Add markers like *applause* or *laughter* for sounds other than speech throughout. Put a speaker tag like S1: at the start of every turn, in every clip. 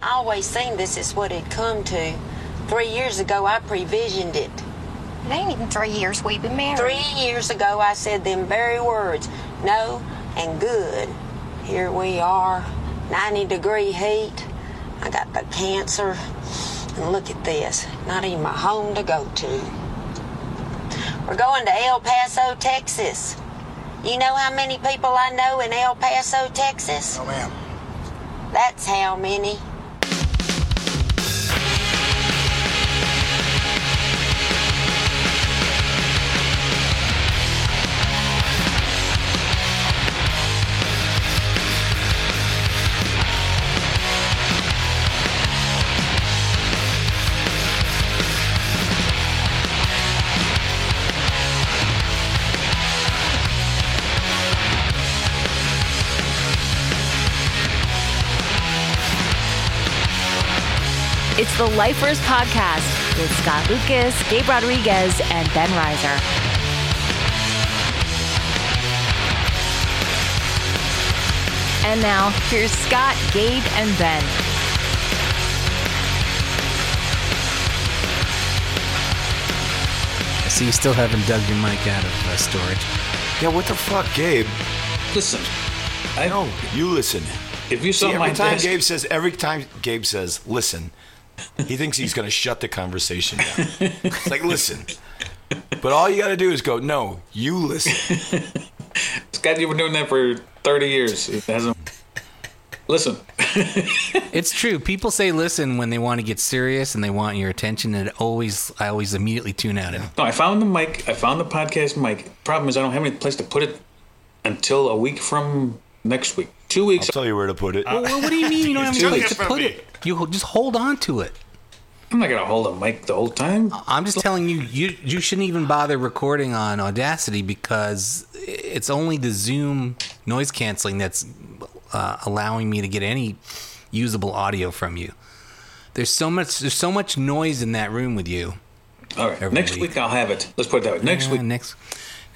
S1: I always seen this is what it come to. Three years ago, I previsioned it.
S2: It ain't even three years we've been married.
S1: Three years ago, I said them very words, no and good. Here we are, 90 degree heat. I got the cancer. And look at this, not even a home to go to. We're going to El Paso, Texas. You know how many people I know in El Paso, Texas?
S3: No, Oh, ma'am.
S1: That's how many.
S4: It's the Lifers Podcast with Scott Lucas, Gabe Rodriguez, and Ben Reiser. And now, here's Scott, Gabe, and Ben.
S5: So you still haven't dug your mic out of uh, storage.
S3: Yeah, what the fuck, Gabe?
S6: Listen, I
S3: No, you listen.
S6: If you saw
S3: See,
S6: my
S3: every time
S6: desk,
S3: Gabe says, every time Gabe says, listen, he thinks he's going to shut the conversation down. it's like, listen. But all you got to do is go, no, you listen.
S6: Scott, you've been doing that for 30 years. It hasn't. *laughs* Listen, *laughs*
S5: It's true. People say listen when they want to get serious and they want your attention, and it always I always immediately tune out. And
S6: no, I found the mic. I found the podcast mic. Problem is, I don't have any place to put it until a week from next week. Two
S3: I'll
S6: weeks.
S3: tell you where to put it.
S5: well, what do you mean you don't have any
S3: took
S5: place
S3: it
S5: to
S3: from
S5: put
S3: me.
S5: it? You ho- just hold on to it.
S6: I'm not gonna hold a mic the whole time.
S5: I'm just telling you, you you shouldn't even bother recording on Audacity because it's only the Zoom noise canceling that's uh, allowing me to get any usable audio from you. There's so much there's so much noise in that room with you.
S6: All right.
S5: Every
S6: Next
S5: week.
S6: week I'll have it. Let's put it that way. Next
S5: Yeah,
S6: week.
S5: next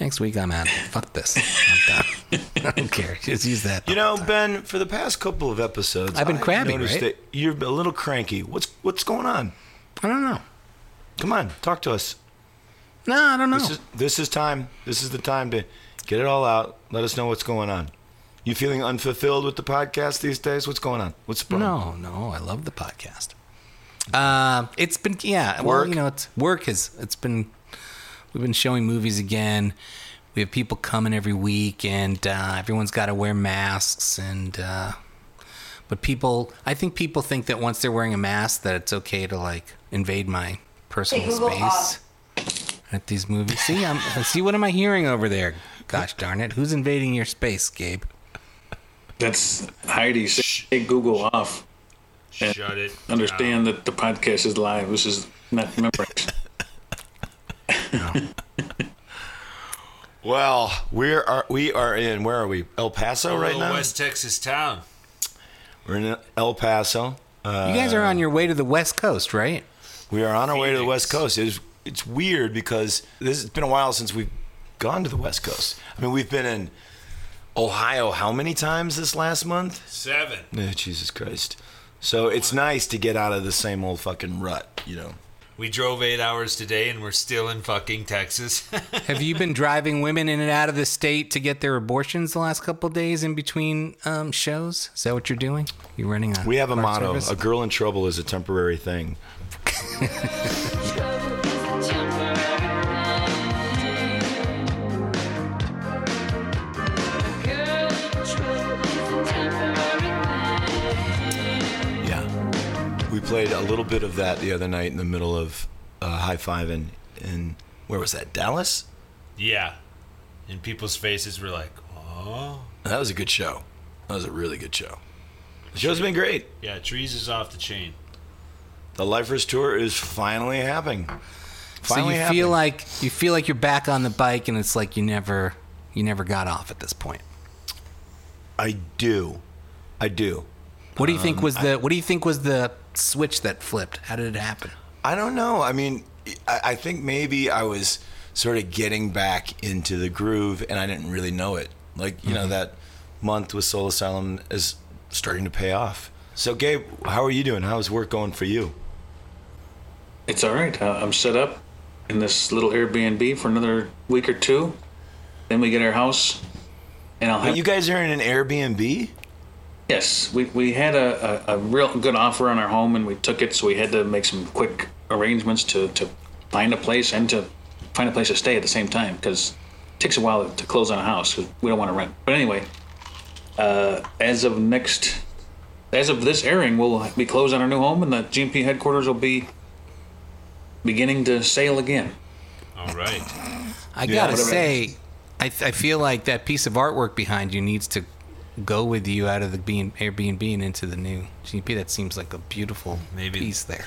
S5: next week I'm out. Fuck this. I'm done. *laughs* I don't care. Just use that.
S3: You know, Ben, for the past couple of episodes,
S5: I've been
S3: I've
S5: crabby,
S3: noticed
S5: right?
S3: that you're a little cranky. What's what's going on?
S5: I don't know.
S3: Come on, talk to us.
S5: No, I don't know.
S3: This is this is time. This is the time to get it all out. Let us know what's going on. You feeling unfulfilled with the podcast these days? What's going on? What's the problem?
S5: no, no. I love the podcast. Uh, it's been yeah. Well,
S3: Work.
S5: you know, it's work has it's been. We've been showing movies again. We have people coming every week, and uh, everyone's got to wear masks. And uh, but people, I think people think that once they're wearing a mask, that it's okay to like invade my personal space at these movies. See, I'm see what am I hearing over there? Gosh darn it! Who's invading your space, Gabe?
S6: That's Heidi. Say Google off.
S7: Shut it.
S6: Understand that the podcast is live. This is not memories.
S3: Well, we are we are in where are we? El Paso
S7: down.
S3: right
S7: Little
S3: now.
S7: West Texas town.
S3: We're in El Paso. Uh,
S5: You guys are on your way to the West Coast, right?
S3: we are on our way to the West
S7: Phoenix.
S3: Coast. It's it's weird because this has been a while since we've gone to the West Coast. I mean, we've been in Ohio how many times this last month?
S7: Seven.
S3: Yeah, Jesus Christ. So it's nice to get out of the same old fucking rut, you know.
S7: We drove eight hours today and we're still in fucking
S8: *laughs*
S7: Texas.
S5: Have you been driving women in and out of the state to get their abortions the last couple of days in between um, shows? Is that what you're doing? You're running a
S3: We have a
S5: car
S3: motto:
S5: service?
S3: "A girl in trouble is a temporary thing." Yeah, we played a little bit of that the other night in the middle of uh, high five and in where was that? Dallas.
S7: yeah. And people's faces were like, oh.
S3: That was a good show. That was a really good show. The show's been great.
S7: Yeah, trees is off the chain.
S3: The Lifers Tour is finally happening.
S5: so
S3: Finally
S5: you
S3: happening.
S5: feel like you feel like you're back on the bike, and it's like you never you never got off at this point.
S3: I do. I do.
S5: What do you
S3: Um,
S5: think was the What do you think was the switch that flipped? How did it happen?
S3: I don't know. I mean, I, I think maybe I was sort of getting back into the groove, and I didn't really know it. Like you know, that month with Soul Asylum is starting to pay off. So, Gabe, how are you doing? How's work going for you?
S6: It's all right. Uh, I'm set up in this little Airbnb for another week or two. Then we get our house, and I'll
S3: Wait,
S6: have
S3: Uh, you guys are in an Airbnb?
S6: Yes, we, we had a, a, a real good offer on our home and we took it, so we had to make some quick arrangements to, to find a place and to find a place to stay at the same time because it takes a while to close on a house 'cause we don't want to rent. But anyway, uh, as of next, as of this airing, we'll be closed on our new home and the GMP headquarters will be beginning to sail again.
S3: *laughs*
S8: All right.
S5: I gotta
S6: whatever.
S5: say, I, th- I feel like that piece of artwork behind you needs to go with you out of the being Airbnb and into the new GP. That seems like a beautiful
S8: Maybe-
S5: piece there.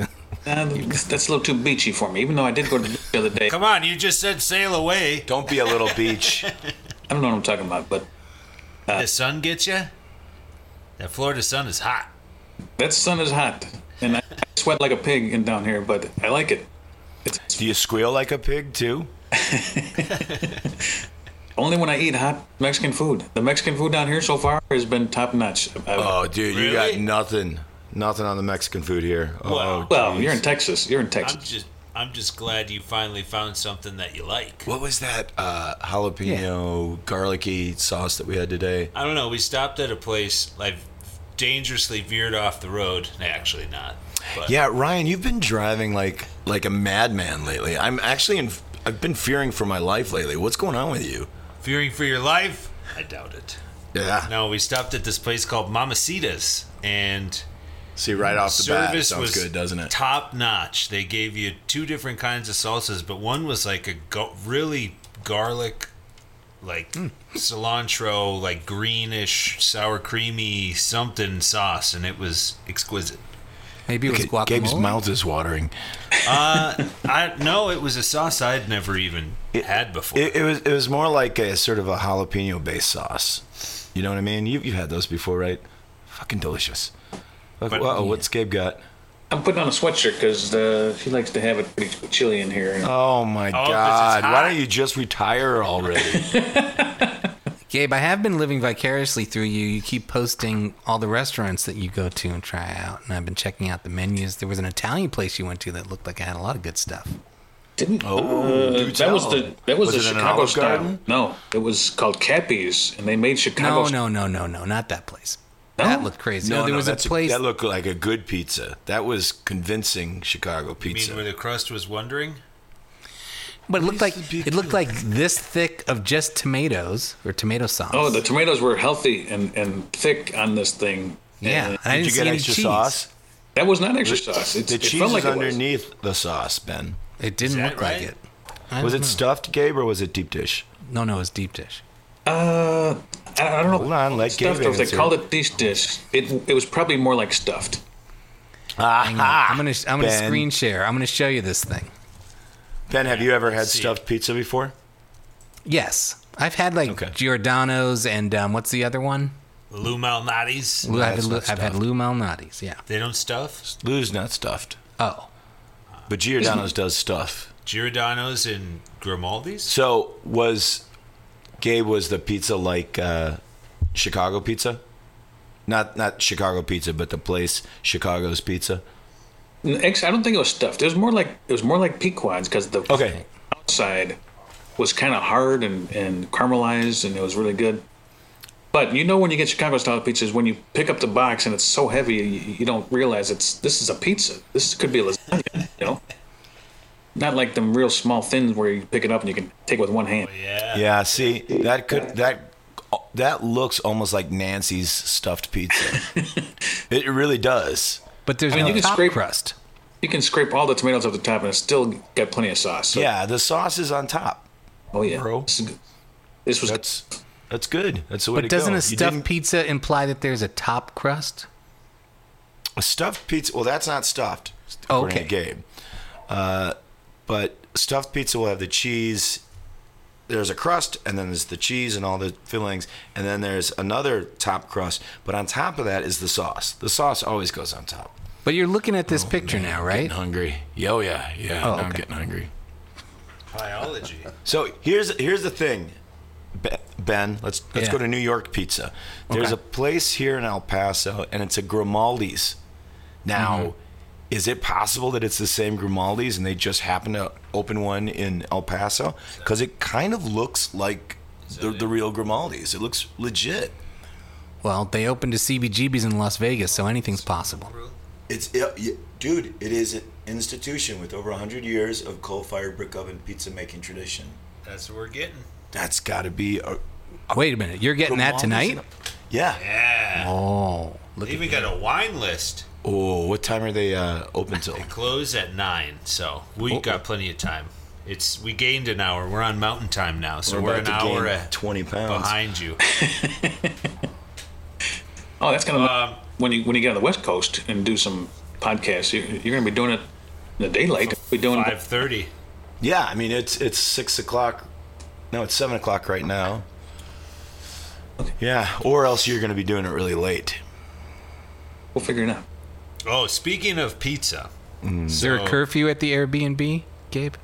S6: Uh, that's that's a little too beachy for me, even though I did go to the beach the other day.
S8: Come on, you just said sail away.
S3: Don't be a little beach.
S6: I don't know what I'm talking about, but
S3: Uh.
S8: The sun gets you. That Florida sun is hot.
S6: That sun is hot, and I sweat like a pig in down here, but I like it.
S3: *laughs* Do you squeal like a pig too?
S6: Only when I eat hot Mexican food. The Mexican food down here so far has been top notch. Uh,
S3: Oh, dude, you
S8: Really?
S3: got nothing, nothing on the Mexican food here. Oh,
S8: Wow.
S6: well,
S3: geez.
S6: um, you're in Texas. You're in
S8: I'm
S6: Texas.
S8: just I'm just glad you finally found something that you like.
S3: What was that uh, jalapeno garlicky sauce that we had today?
S8: I don't know. We stopped at a place. I've dangerously veered off the road. Nah, Actually, not. But
S3: Yeah, Ryan, you've been driving like like a madman lately. I'm actually in. I've been fearing for my life lately. What's going on with you?
S8: fearing for your life, I doubt it.
S3: Yeah.
S8: No, we stopped at this place called Mamacitas, and
S3: See, right off the bat,
S8: service
S3: sounds
S8: was
S3: good, doesn't it?
S8: Top notch. They gave you two different kinds of salsas, but one was like a go- really garlic, like
S3: Hmm.
S8: cilantro, like greenish, sour creamy something sauce, and it was exquisite.
S5: Maybe it was
S3: Ga-
S5: guacamole.
S3: Gabe's mouth is watering.
S8: I no, it was a sauce I'd never even had before.
S3: It, it was it was more like a sort of a jalapeno based sauce. You know what I mean? You you've had those before, right? Fucking delicious. Like,
S8: But-
S3: wow, what's Gabe got?
S6: I'm putting on a sweatshirt because uh, she likes to have it pretty chilly in here.
S3: Oh my
S8: 'cause it's
S3: god!
S8: hot.
S3: Why don't you just retire
S8: *laughs*
S3: already?
S5: Gabe, I have been living vicariously through you. You keep posting all the restaurants that you go to and try out, and I've been checking out the menus. There was an Italian place you went to that looked like it had a lot of good stuff.
S6: Didn't
S3: Oh,
S6: uh,
S3: do
S6: that was
S3: tell.
S6: the that was,
S3: Was
S6: the
S3: it in an
S6: Chicago
S3: Olive
S6: style.
S3: Garden?
S6: No, it was called Cappy's, and they made Chicago.
S5: No, no, no, no, no, not that place.
S6: No?
S5: That looked crazy. No, there was a
S3: that's
S5: place.
S3: that looked like a good pizza. That was convincing Chicago
S8: I mean,
S3: pizza.
S8: where the crust was wondering.
S5: But it looked like
S3: Piece of
S5: it looked like this thick of just tomatoes or tomato sauce.
S6: Oh, the tomatoes were healthy and, and thick on this thing.
S5: yeah.
S6: And
S5: I didn't
S3: Did you
S5: see
S3: get
S5: any
S3: extra
S5: cheese.
S3: sauce?
S6: that was not extra sauce. It,
S3: The
S6: it
S3: cheese
S6: felt
S3: was
S6: like it was.
S3: underneath the sauce, Ben.
S5: It didn't
S8: that
S5: look like
S8: right?
S5: it. I
S3: Was
S5: don't
S3: it
S5: know.
S3: stuffed, Gabe, or was it deep dish?
S5: No, no, it was deep dish.
S6: Uh, I, I don't know.
S3: Hold on, let
S6: stuffed.
S3: Gabe
S6: If they
S3: answer.
S6: called it dish dish, it it was probably more like stuffed.
S5: Hang on. I'm gonna I'm gonna
S3: Ben.
S5: screen share. I'm gonna show you this thing.
S3: Ben, have you ever had
S8: see.
S3: stuffed pizza before?
S5: Yes, I've had like
S3: Okay.
S5: Giordano's and um, what's the other one?
S8: Lou Malnati's.
S5: Lou, I've, had
S3: that's
S5: Lou,
S3: not
S5: I've had
S3: stuffed.
S5: Lou Malnati's. Yeah.
S8: They don't stuff.
S3: Lou's not stuffed,
S5: Oh,
S3: but Giordano's does stuff.
S8: Giordano's and Grimaldi's.
S3: So was Gabe was the pizza like uh, Chicago pizza? Not not Chicago pizza, but the place Chicago's pizza.
S6: Actually, I don't think it was stuffed. It was more like it was more like Pequod's because the
S3: Okay,
S6: outside was kind of hard and and caramelized, and it was really good. But you know when you get Chicago style pizzas, when you pick up the box and it's so heavy, you, you don't realize it's this is a pizza. This could be a lasagna, you know. Not like them real small thins where you pick it up and you can take it with one hand.
S8: Yeah.
S3: yeah. See, that could that that looks almost like Nancy's stuffed pizza. it really does.
S5: but there's
S6: mean,
S5: no
S6: you can
S5: top
S6: scrape-
S5: crust.
S6: You can scrape all the tomatoes off the top and it's still got plenty of sauce. So-
S3: Yeah, the sauce is on top.
S6: Oh yeah,
S3: Bro.
S6: This, is good. This was
S3: That's that's good. That's the
S5: But
S3: way to
S5: doesn't
S3: go.
S5: a
S3: You
S5: stuffed
S3: didn't-
S5: pizza imply that there's a top crust?
S3: A stuffed pizza. Well, that's not stuffed.
S5: Oh,
S3: according to
S5: okay.
S3: Gabe. Uh, but stuffed pizza will have the cheese. There's a crust, and then there's the cheese and all the fillings, and then there's another top crust. But on top of that is the sauce. The sauce always goes on top.
S5: But you're looking at
S3: Oh,
S5: this picture now, right?
S3: Hungry? Yeah, oh, yeah, yeah.
S5: Oh,
S3: now I'm
S5: okay.
S3: getting hungry.
S8: Biology.
S3: So here's here's the thing, Be- Ben. Let's let's
S5: Yeah.
S3: go to New York pizza. There's
S5: Okay.
S3: a place here in El Paso, and it's a Grimaldi's. Now,
S5: Mm-hmm.
S3: is it possible that it's the same Grimaldi's and they just happen to open one in El Paso? Because it kind of looks like the, the real Grimaldi's. It looks legit.
S5: Well, they opened a CBGB's in Las Vegas, so anything's possible.
S3: It's yeah, yeah, dude. It is an institution with over hundred years of coal-fired brick oven pizza making tradition.
S8: That's what we're getting.
S3: That's got to be a
S5: Wait a minute, you're getting that
S3: Grimaldi's
S5: tonight?
S3: in- Yeah. Ah.
S8: Yeah.
S5: Oh, look
S8: They
S5: at
S8: even got a wine list.
S3: Oh, what time are they uh, open till?
S8: Close at nine, so we
S5: Oh.
S8: have got plenty of time. It's we gained an hour. We're on Mountain Time now, so *laughs* we're,
S3: about
S8: an
S3: to
S8: hour
S3: gain
S8: a-
S3: 20 pounds.
S8: behind you.
S6: Oh, that's gonna
S8: um,
S6: when you when you get on the West Coast and do some podcasts, you, you're gonna be doing it in the daylight. Be doing
S8: Five thirty.
S3: Yeah, I mean it's it's six o'clock. No, it's seven o'clock right now. Yeah, or else you're going to be doing it really late.
S6: We'll figure it out.
S8: Oh, speaking of pizza,
S5: Is there a
S3: Oh.
S5: curfew at the Airbnb, Gabe?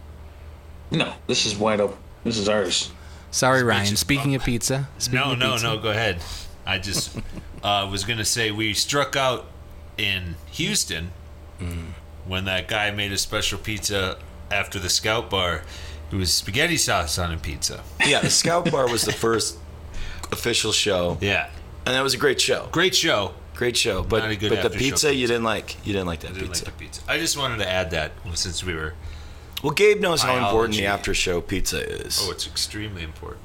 S6: No, this is wide open. This is ours.
S5: Sorry, Ryan. Speaking of pizza, speaking
S8: no,
S5: of
S8: no,
S5: pizza,
S8: no. Go ahead. I *laughs* just uh, was gonna say we struck out in Houston Mm. when that guy made a special pizza after the Scout Bar. It was spaghetti sauce on a pizza.
S3: Yeah, the Scout Bar was the first official show,
S8: Yeah,
S3: and that was a great show.
S8: great show.
S3: Great show, but
S8: Not a good
S3: but the
S8: after show
S3: pizza you didn't like. You didn't like that
S8: I didn't
S3: pizza.
S8: like the pizza. I just wanted to add that since we were.
S3: well, Gabe knows how important
S8: Biology.
S3: the after show pizza is.
S8: Oh, it's extremely important.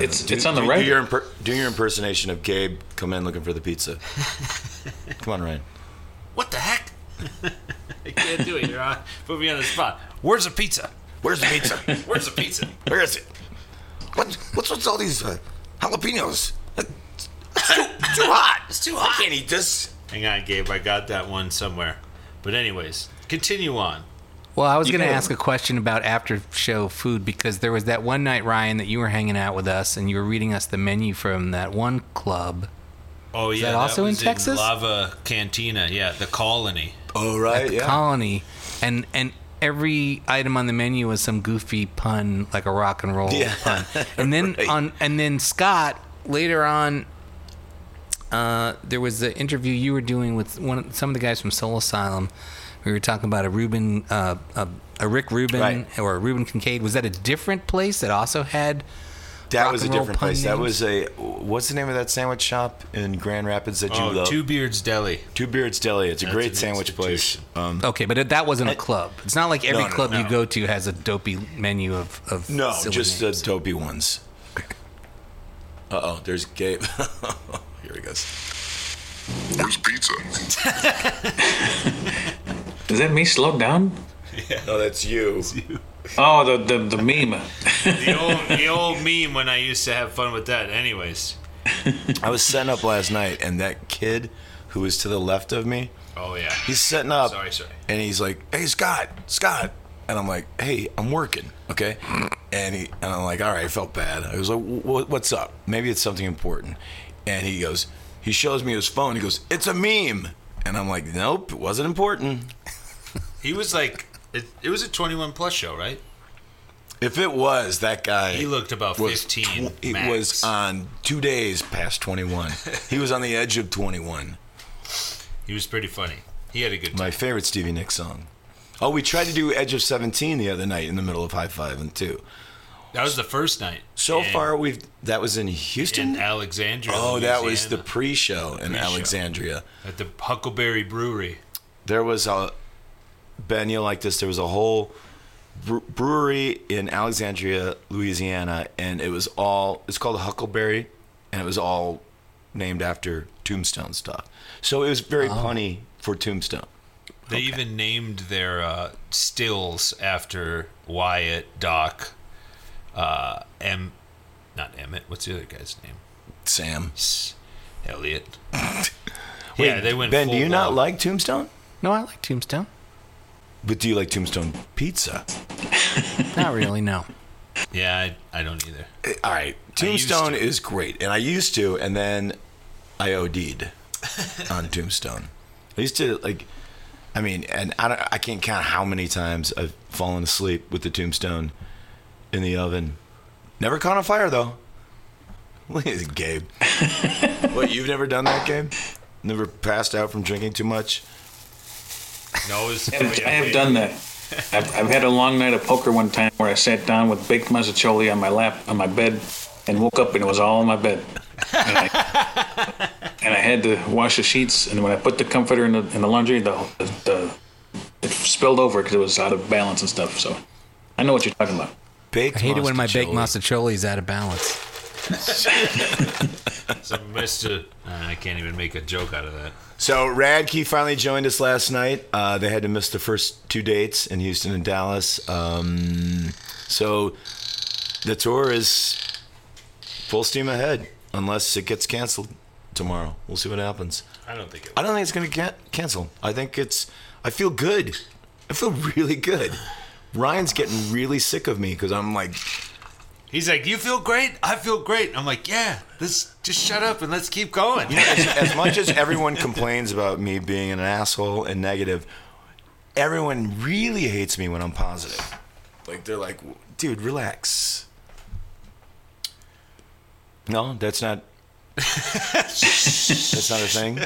S6: it's it's on the
S3: Uh, do,
S6: right.
S3: Do your, imper- do your impersonation of Gabe. Come in looking for the
S8: *laughs*
S3: pizza. Come on, Ryan.
S8: What the heck? *laughs* I can't do it. You're on. Put me on the spot. Where's the pizza?
S3: Where's the *laughs* pizza?
S8: Where's the *laughs* pizza?
S3: Where is it? What, what's with all these uh, jalapenos? It's too, it's too hot. It's too hot. I can't eat this.
S8: Hang on, Gabe. I got that one somewhere. But anyways, continue on.
S5: Well, I was going to
S3: can-
S5: ask a question about after show food because there was that one night, Ryan, that you were hanging out with us and you were reading us the menu from that one club.
S8: Oh yeah,
S5: that also in
S8: was
S5: Texas?
S8: Lava Cantina. Yeah, the Colony.
S3: Oh right, yeah.
S5: colony and and every item on the menu was some goofy pun like a rock and roll
S3: Yeah.
S5: pun
S3: *laughs*
S5: and then
S3: Right.
S5: on and then scott later on uh, there was the interview you were doing with one of, some of the guys from soul asylum we were talking about a Ruben, uh, a, a Rick Rubin
S3: Right.
S5: or a Ruben Kincaid. Was that a different place that also had?
S3: that
S5: rock
S3: was a
S5: and roll
S3: different
S5: pun
S3: place. That
S5: names.
S3: was a what's the name of that sandwich shop in Grand Rapids that you
S8: Oh,
S3: love?
S8: Two Beards Deli.
S3: Two Beards Deli. It's a
S8: That's
S3: great
S8: an
S3: sandwich place.
S8: institution.
S3: Um,
S5: Okay, but it, that wasn't a
S3: I-
S5: club. It's not like every
S3: No, no,
S5: club you
S8: no.
S5: go to has a dopey menu of of
S3: no,
S5: silly
S3: just
S5: names.
S3: the dopey ones. Uh oh, there's Gabe. *laughs* Here he goes.
S9: Where's
S3: *laughs*
S6: *laughs*
S9: pizza?
S6: Is that me slowed down?
S3: No, that's you.
S6: Oh, the the, the meme.
S8: The old, the old meme when I used to have fun with that. Anyways.
S3: I was setting up last night, and that kid who was to the left of me,
S8: Oh yeah.
S3: He's setting up.
S8: Sorry, sorry.
S3: And he's like, "Hey, Scott, Scott," and I'm like, "Hey, I'm working, okay?" And he and I'm like, "All right," I felt bad. I was like, "Wh- "What's up? Maybe it's something important." And he goes, he shows me his phone. He goes, "It's a meme," and I'm like, "Nope, it wasn't important.
S8: He was like, it, it was a 21 plus show, right?
S3: If it was, that guy."
S8: He looked about
S3: was
S8: 15
S3: tw- it
S8: max.
S3: was on two days past 21. he was on the edge of 21.
S8: He was pretty funny. He had a good time.
S3: My favorite Stevie Nicks song. Oh, we tried to do Edge of 17 the other night in the middle of High Five and Two.
S8: That was the first night.
S3: So
S8: And-
S3: far, we've that was in Houston.
S8: in Alexandria.
S3: oh, that was the
S8: Louisiana,
S3: pre-show in
S8: Pre-show.
S3: Alexandria.
S8: at the Huckleberry Brewery.
S3: There was a Ben. You'll like this. There was a whole bre- brewery in Alexandria, Louisiana, and it was all. It's called Huckleberry, and it was all named after Tombstone stuff. So it was very punny for Tombstone.
S8: They even named their uh, stills after Wyatt, Doc, uh, M, not Emmett. What's the other guy's name?
S3: Sam.
S8: S-
S3: *laughs*
S8: Elliot. yeah, they went.
S3: Ben,
S8: full
S3: do you not
S8: blown.
S3: like Tombstone?
S5: No, I like Tombstone.
S3: But do you like Tombstone pizza?
S5: Not really.
S3: *laughs*
S5: No.
S8: Yeah, I, I don't either.
S3: All right,
S8: used
S3: Tombstone
S8: to.
S3: is great, and I used to, and then I
S8: *laughs*
S3: OD'd on Tombstone. I used to like, I mean, and I don't, I can't count how many times I've fallen asleep with the Tombstone in the oven. Never caught on fire though. *laughs* Look at
S8: *laughs*
S3: Gabe. what, you've never done that, Gabe? Never passed out from drinking too much?
S8: No, it's
S6: I *laughs* have- I have done that. I've, I've had a long night of poker one time where I sat down with baked mazzucoli on my lap on my bed and woke up and it was all in my bed. And I, and I had to wash the sheets and when I put the comforter in the, in the laundry, the, the it spilled over because it was out of balance and stuff. So I know what you're talking about.
S3: Baked
S5: I hate it when my baked masticholi
S3: moscatelli.
S5: is out of balance.
S8: So Mr. Uh, I can't even make a joke out of that.
S3: So Radke finally joined us last night. Uh, they had to miss the first two dates in Houston and Dallas. Um, so the tour is full steam ahead, unless it gets canceled tomorrow. We'll see what happens.
S8: I don't think it.
S3: I don't think it's going to get canceled. I think it's. I feel good. I feel *laughs* really good. Ryan's getting really sick of me because I'm like,
S8: He's like, "You feel great? I feel great." I'm like, "Yeah, this just shut up and let's keep going."
S3: as much as everyone complains about me being an asshole and negative, everyone really hates me when I'm positive. Like they're like, dude, relax. No, that's not. that's not a thing.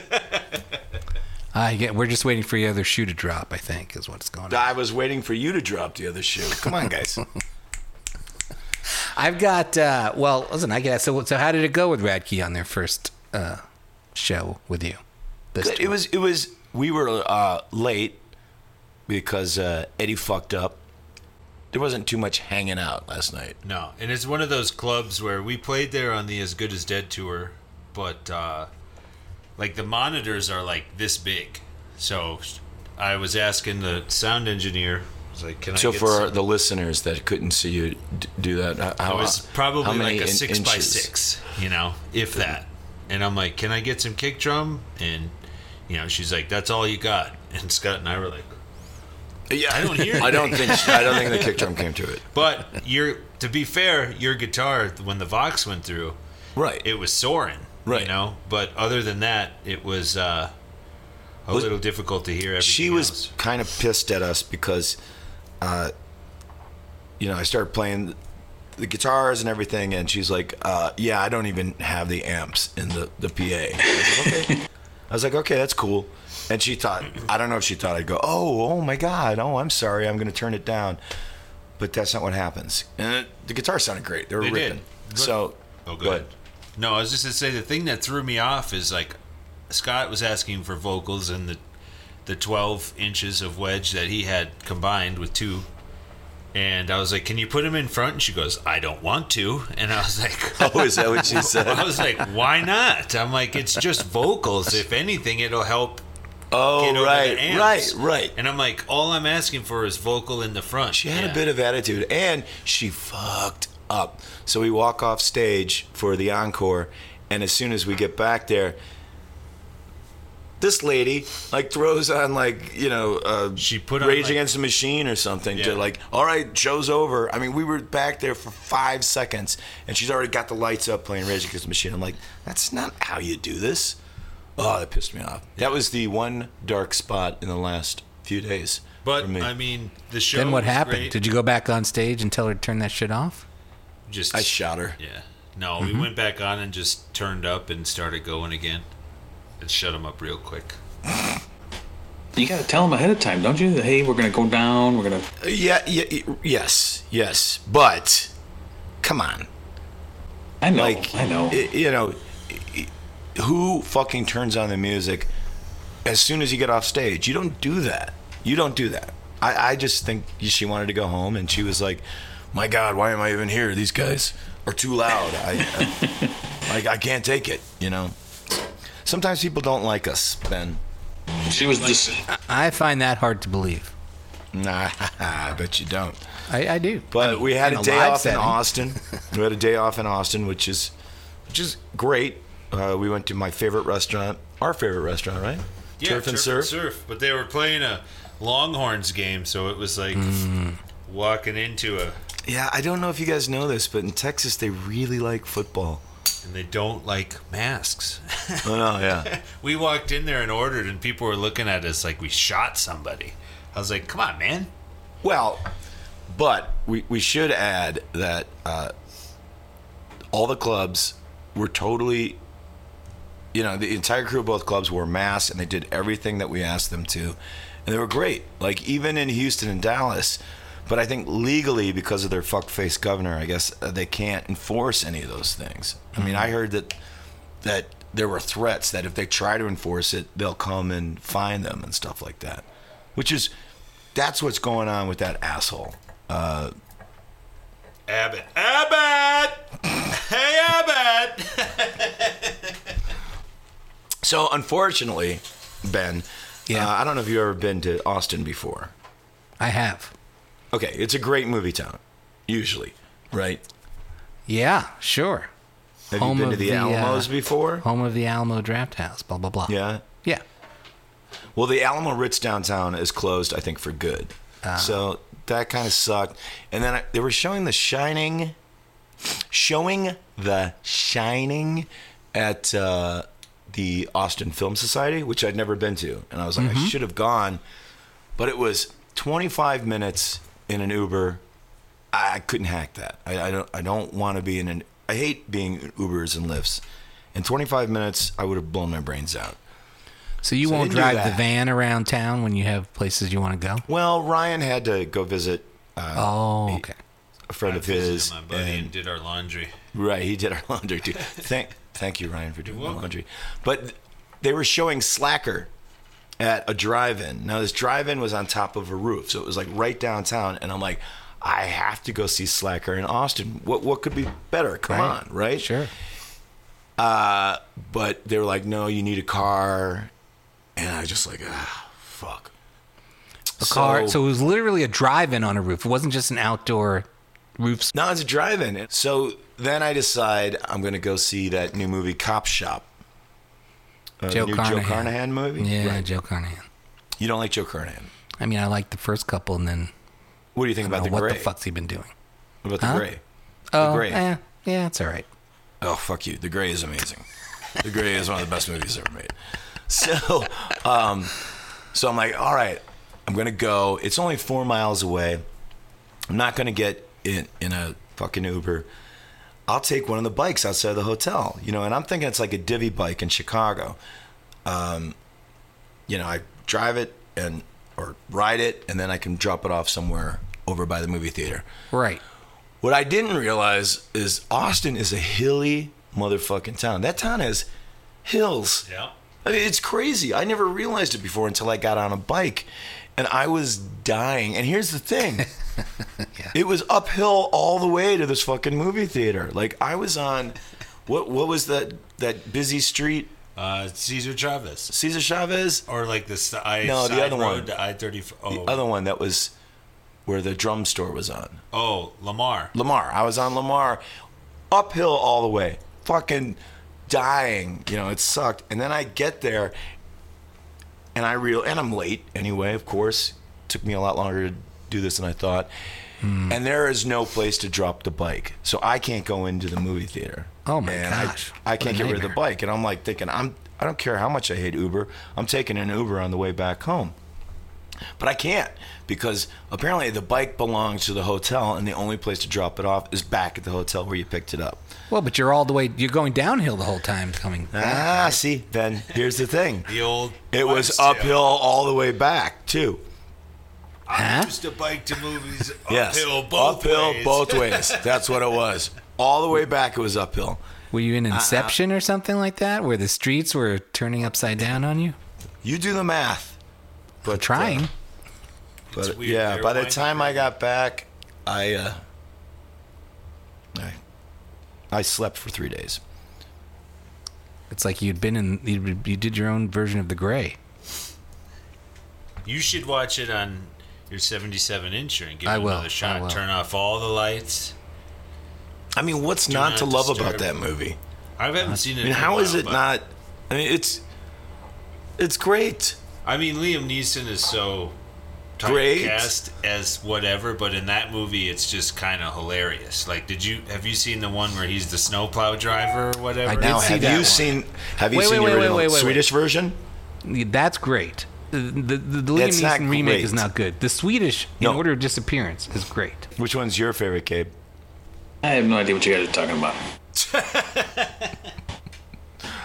S5: I get. We're just waiting for the other shoe to drop. I think is what's going on.
S3: I was waiting for you to drop the other shoe. Come on, guys.
S5: I've got. Uh, well, listen. I guess. So, so how did it go with Radke on their first uh, show with you? This
S3: It was. It was. We were uh, late because uh, Eddie fucked up. There wasn't too much hanging out last night.
S8: No, and it's one of those clubs where we played there on the As Good as Dead tour, but uh, like the monitors are like this big. So I was asking the sound engineer, I was like, "Can I?"
S3: So
S8: get
S3: for
S8: some-
S3: the listeners that couldn't see you d- do that, h- Oh, how uh,
S8: it was probably
S3: how many
S8: like a
S3: in-
S8: six by
S3: inches?
S8: six, you know, if that. And I'm like, "Can I get some kick drum?" And you know, she's like, "That's all you got." *laughs* And Scott and I were like,
S3: Yeah,
S8: I don't hear
S3: *laughs* I don't think I don't think the kick drum came
S8: *laughs*
S3: to it.
S8: "But your to be fair, your guitar when the Vox went through,
S3: Right.
S8: it was soaring.
S3: Right.
S8: You know, but other than that, it was uh, a
S3: Was-
S8: little difficult to hear everything.
S3: she was
S8: else.
S3: kind of pissed at us because, uh, you know, I started playing the guitars and everything, and she's like, uh, "Yeah, I don't even have the amps in the the PA." I was like, okay. I was like, "Okay, that's cool," and she thought, I don't know if she thought I'd go, "Oh, oh my god, oh, I'm sorry, I'm going to turn it down," but that's not what happens. And it- the guitar sounded great; they were
S8: They did.
S3: ripping.
S8: But-
S3: so,
S8: Oh,
S3: go ahead.
S8: good. No, I was just gonna say the thing that threw me off is like Scott was asking for vocals and the the twelve inches of wedge that he had combined with two. And I was like, "Can you put him in front?" And she goes, "I don't want to." And I was like,
S3: Oh, is that *laughs* what she
S8: *laughs*
S3: said?
S8: "I was like, why not?" I'm like, "It's just vocals. If anything, it'll help get
S3: Oh,
S8: over
S3: right,
S8: the
S3: right,
S8: amps.
S3: right.
S8: And I'm like, all I'm asking for is vocal in the front.
S3: She had
S8: Yeah.
S3: a bit of attitude, and she fucked up. So we walk off stage for the encore, and as soon as we get back there, this lady like throws on like you know uh,
S8: She put on,
S3: Rage
S8: like-
S3: Against the Machine or something to
S8: Yeah.
S3: like all right show's over. I mean we were back there for five seconds, and she's already got the lights up playing Rage Against the Machine. I'm like that's not how you do this. Oh, that pissed me off. That was the one dark spot in the last few days.
S8: But
S3: for me.
S8: I mean, the show.
S5: then what
S8: was
S5: happened?
S8: great.
S5: Did you go back on stage and tell her to turn that shit off?
S8: just
S3: I shot her.
S8: Yeah. No, we
S3: Mm-hmm.
S8: went back on and just turned up and started going again. And shut them up real quick.
S6: You got to tell them ahead of time, don't you? Hey, we're going to go down. We're going to.
S3: Yeah, yeah, y- yes, yes. But come on,
S6: I know.
S3: like
S6: I know.
S3: y- you know, y- who fucking turns on the music as soon as you get off stage? You don't do that. You don't do that. I, I just think she wanted to go home, and she was like, "My God, why am I even here? These guys are too loud. I,
S6: *laughs*
S3: I like I can't take it." You know. Sometimes people don't like us, Ben.
S6: she was just.
S5: I find that hard to believe.
S3: Nah, *laughs* I bet you don't.
S5: I, I do.
S3: But
S5: I mean,
S3: we had
S5: in
S3: a day
S5: live
S3: off
S5: setting. *laughs*
S3: in Austin. we had a day off in Austin, which is which is great. Uh, we went to my favorite restaurant, our favorite restaurant, right? Turf and Surf.
S8: But they were playing a Longhorns game, so it was like
S3: Mm.
S8: walking into a.
S3: Yeah, I don't know if you guys know this, but in Texas they really like *laughs* football.
S8: And they don't like masks. *laughs*
S3: Oh no, yeah.
S8: we walked in there and ordered, and people were looking at us like we shot somebody. I was like, come on, man.
S3: well, but we we should add that uh, all the clubs were totally, you know, the entire crew of both clubs wore masks and they did everything that we asked them to, and they were great. Like even in Houston and Dallas, but I think legally because of their fuck-face governor, I guess uh, they can't enforce any of those things. I mean, I heard that that there were threats that if they try to enforce it, they'll come and find them and stuff like that, which is that's what's going on with that asshole. Uh,
S7: Abbott.
S8: *laughs*
S7: Abbott! hey, Abbott!
S3: So unfortunately, Ben,
S5: Yeah.
S3: uh, I don't know if you've ever been to Austin before.
S5: I have.
S3: Okay, it's a great movie town, usually, right?
S5: Yeah, sure.
S3: Have
S5: Home
S3: you been to
S5: of
S3: the,
S5: the, uh,
S3: Alamos before?
S5: Home of the Alamo Draft House. Blah blah blah.
S3: Yeah.
S5: Yeah.
S3: Well, the Alamo Ritz downtown is closed, I think, for good. So that kind of sucked. And then I, they were showing The Shining, showing The Shining at uh, the Austin Film Society, which I'd never been to, and I was like, I should have gone, but it was 25 minutes in an Uber. I, I couldn't hack that. I, I don't. I don't want to be in an. I hate being in Ubers and lifts. In 25 minutes, I would have blown my brains out.
S5: So you
S3: So
S5: won't
S3: they do
S5: drive the
S3: that.
S5: van around town when you have places you want to go.
S3: Well, Ryan had to go visit uh,
S5: Oh, okay.
S3: a friend of
S7: Visited
S3: his.
S7: my buddy and,
S3: and-
S7: did our laundry.
S3: right, he did our *laughs* laundry too. thank, thank you, Ryan, for doing my laundry. But they were showing Slacker at a drive-in. Now this drive-in was on top of a roof, so it was like right downtown. And I'm like, I have to go see Slacker in Austin. What what could be better? Come on, right?
S5: Sure.
S3: But they were like, no, you need a car. And I was just like, ah, fuck.
S5: A car. So it was literally a drive-in on a roof. It wasn't just an outdoor roof. s-
S3: No, it's a drive-in. So then I decide I'm going to go see that new movie, Cop Shop. Uh,
S5: Joe
S3: new
S5: Carnahan.
S3: Joe Carnahan movie.
S5: Yeah,
S3: Right.
S5: Joe Carnahan.
S3: You don't like Joe Carnahan.
S5: I mean, I liked the first couple, and then
S3: What do you think
S5: I
S3: about
S5: don't
S3: the
S5: know what
S3: gray?
S5: the fuck's he been doing?
S3: What about the
S5: Huh?
S3: gray?
S5: Oh,
S3: Gray.
S5: eh, yeah, it's all right.
S3: Oh fuck you! The Gray is amazing. The Gray is one of the best movies ever made. So, um, so I'm like, all right, I'm gonna go. It's only four miles away. I'm not gonna get in in a fucking Uber. I'll take one of the bikes outside the hotel, you know. And I'm thinking it's like a divvy bike in Chicago. Um, you know, I drive it and or ride it, and then I can drop it off somewhere over by the movie theater.
S5: Right.
S3: What I didn't realize is Austin is a hilly motherfucking town. That town has hills.
S7: Yeah.
S3: I mean, it's crazy. I never realized it before until I got on a bike and I was dying. And here's
S7: *laughs*
S3: the thing it was uphill all the way to this fucking movie theater. Like, I was on what what was that, that busy street?
S7: Uh, Cesar Chavez.
S3: Cesar Chavez?
S7: Or like this, the I
S3: No, the
S7: side
S3: other
S7: road
S3: one.
S7: to I thirty. Oh,
S3: The other one that was where the drum store was on.
S7: oh, Lamar.
S3: Lamar. I was on Lamar, uphill all the way, fucking dying. You know, it sucked. And then I get there, and I real and I'm late anyway. Of course, took me a lot longer to do this than I thought.
S5: Hmm.
S3: And there is no place to drop the bike, so I can't go into the movie theater.
S5: Oh my
S3: and I-
S5: gosh,
S3: I,
S5: what a
S3: can't get rid of the
S5: nightmare.
S3: bike, and I'm like thinking, I'm I don't care how much I hate Uber, I'm taking an Uber on the way back home. But I can't because apparently the bike belongs to the hotel, and the only place to drop it off is back at the hotel where you picked it up.
S5: Well, but you're all the way. You're going downhill the whole time coming. back.
S3: Ah, see, Ben, here's the thing.
S7: *laughs* The old.
S3: It was
S7: wives' tale.
S3: uphill all the way back, too.
S5: Huh?
S7: I used to bike to movies uphill
S3: *laughs* Yes.
S7: both
S3: uphill
S7: ways. *laughs*
S3: both ways. That's what it was. All the way back, it was uphill.
S5: Were you in
S3: uh,
S5: Inception or something like that, where the streets were turning upside down on you?
S3: You do the math. But uh,
S5: Trying.
S3: but
S7: It's weird.
S3: yeah,
S7: They're
S3: by the
S7: winding
S3: time I got back, I, uh, I I slept for three days.
S5: It's like you'd been in. You, you did your own version of the Gray.
S7: You should watch it on your seventy-seven incher and give
S5: I
S7: it
S5: will,
S7: another shot.
S5: I will.
S7: Turn off all the lights.
S3: I mean, what's not
S7: not
S3: to love
S7: disturb.
S3: about that movie?
S7: I haven't seen it.
S3: I mean,
S7: in a
S3: how is
S7: while,
S3: it
S7: but-
S3: not? I mean, it's it's great.
S7: I mean, Liam Neeson is so
S3: Great.
S7: typecast as whatever, but in that movie, it's just kind of hilarious. Like, did you have you seen the one where he's the snowplow driver or whatever?
S5: I did
S3: Now,
S5: see
S3: have
S5: that
S3: you
S5: one.
S3: seen have you
S5: Wait,
S3: seen
S5: wait,
S3: the
S5: wait, wait,
S3: original
S5: wait, wait, wait.
S3: Swedish version?
S5: That's great. The the, the, the Liam
S3: That's not
S5: Neeson remake
S3: great.
S5: is not good. The Swedish
S3: No.
S5: In Order of Disappearance is great.
S3: Which one's your favorite, Gabe? *laughs*
S6: I have no idea what you guys are talking about.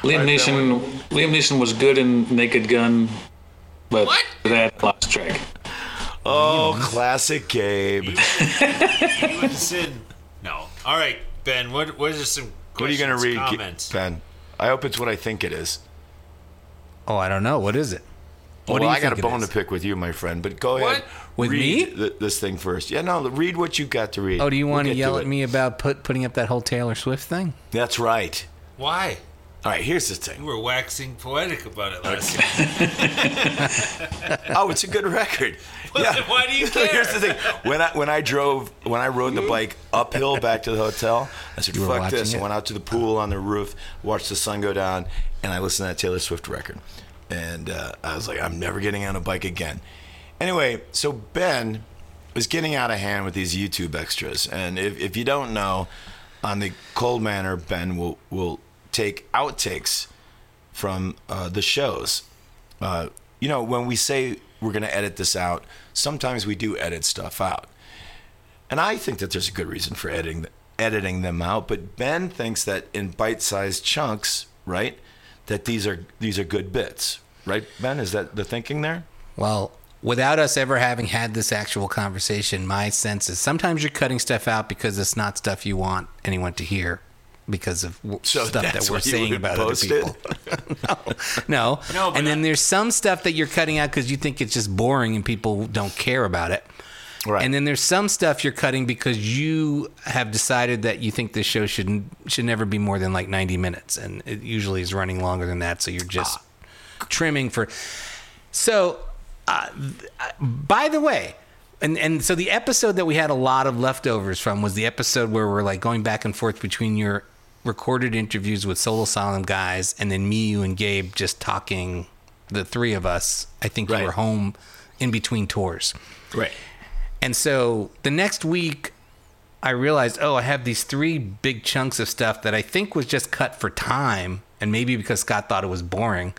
S6: Liam Neeson. Liam Neeson was good in Naked Gun, but
S7: What?
S6: that lost track.
S3: Oh, classic Gabe.
S7: He was in. No. All right, Ben. What? What is some?
S3: What are you gonna
S7: questions,
S3: read, Ga-
S7: Comments.
S3: Ben? I hope it's what I think it is.
S5: Oh, I don't know. What is it? What do
S3: well,
S5: you
S3: I got
S5: think
S3: a
S5: it
S3: bone
S5: is?
S3: to pick with you, my friend. But go
S7: What?
S3: ahead.
S5: With
S3: read
S5: me?
S3: th- this thing first. Yeah, no. Read what you got to read.
S5: Oh, do you
S3: We'll
S5: want
S3: get
S5: to yell
S3: it.
S5: at me about put, putting up that whole Taylor Swift thing?
S3: That's right.
S7: Why?
S3: All right. Here's the
S7: You
S3: thing.
S7: were waxing poetic about it last time.
S3: *laughs* Oh, it's a good
S7: *laughs*
S3: record. yeah.
S7: Why do you
S3: So
S7: care?
S3: *laughs* Here's the thing. When I when I drove when I rode the bike uphill back to the hotel, I said,
S5: were
S3: "Fuck this!"
S5: watching
S3: I
S5: it?
S3: went out to the pool on the roof, watched the sun go down, and I listened to that Taylor Swift record. And uh, I was like, "I'm never getting on a bike again." Anyway, so Ben is getting out of hand with these YouTube extras, and if if you don't know, on the Cold Manor, Ben will will take outtakes from uh, the shows. Uh, you know, when we say we're going to edit this out, sometimes we do edit stuff out. And I think that there's a good reason for editing editing them out, but Ben thinks that in bite-sized chunks, right? That these are these are good bits, right? Ben, is that the thinking there?
S5: Well, without us ever having had this actual conversation, my sense is sometimes you're cutting stuff out because it's not stuff you want anyone to hear because of w- stuff that
S3: that's
S5: we're
S3: what you
S5: saying
S3: would
S5: about
S3: post
S5: other
S3: it?
S5: people. *laughs*
S3: *laughs*
S5: no.
S7: No, but
S5: and then
S7: I-
S5: there's some stuff that you're cutting out because you think it's just boring and people don't care about it.
S3: Right.
S5: And then there's some stuff you're cutting because you have decided that you think this show should not should never be more than like 90 minutes, and it usually is running longer than that. So you're just
S3: Ah.
S5: trimming for. So, uh, th- uh, by the way, and and so the episode that we had a lot of leftovers from was the episode where we're like going back and forth between your recorded interviews with Soul Asylum guys and then me, you, and Gabe just talking. The three of us. I think
S3: Right.
S5: you were home in between tours.
S3: Right.
S5: And so the next week, I realized, oh, I have these three big chunks of stuff that I think was just cut for time, and maybe because Scott thought it was boring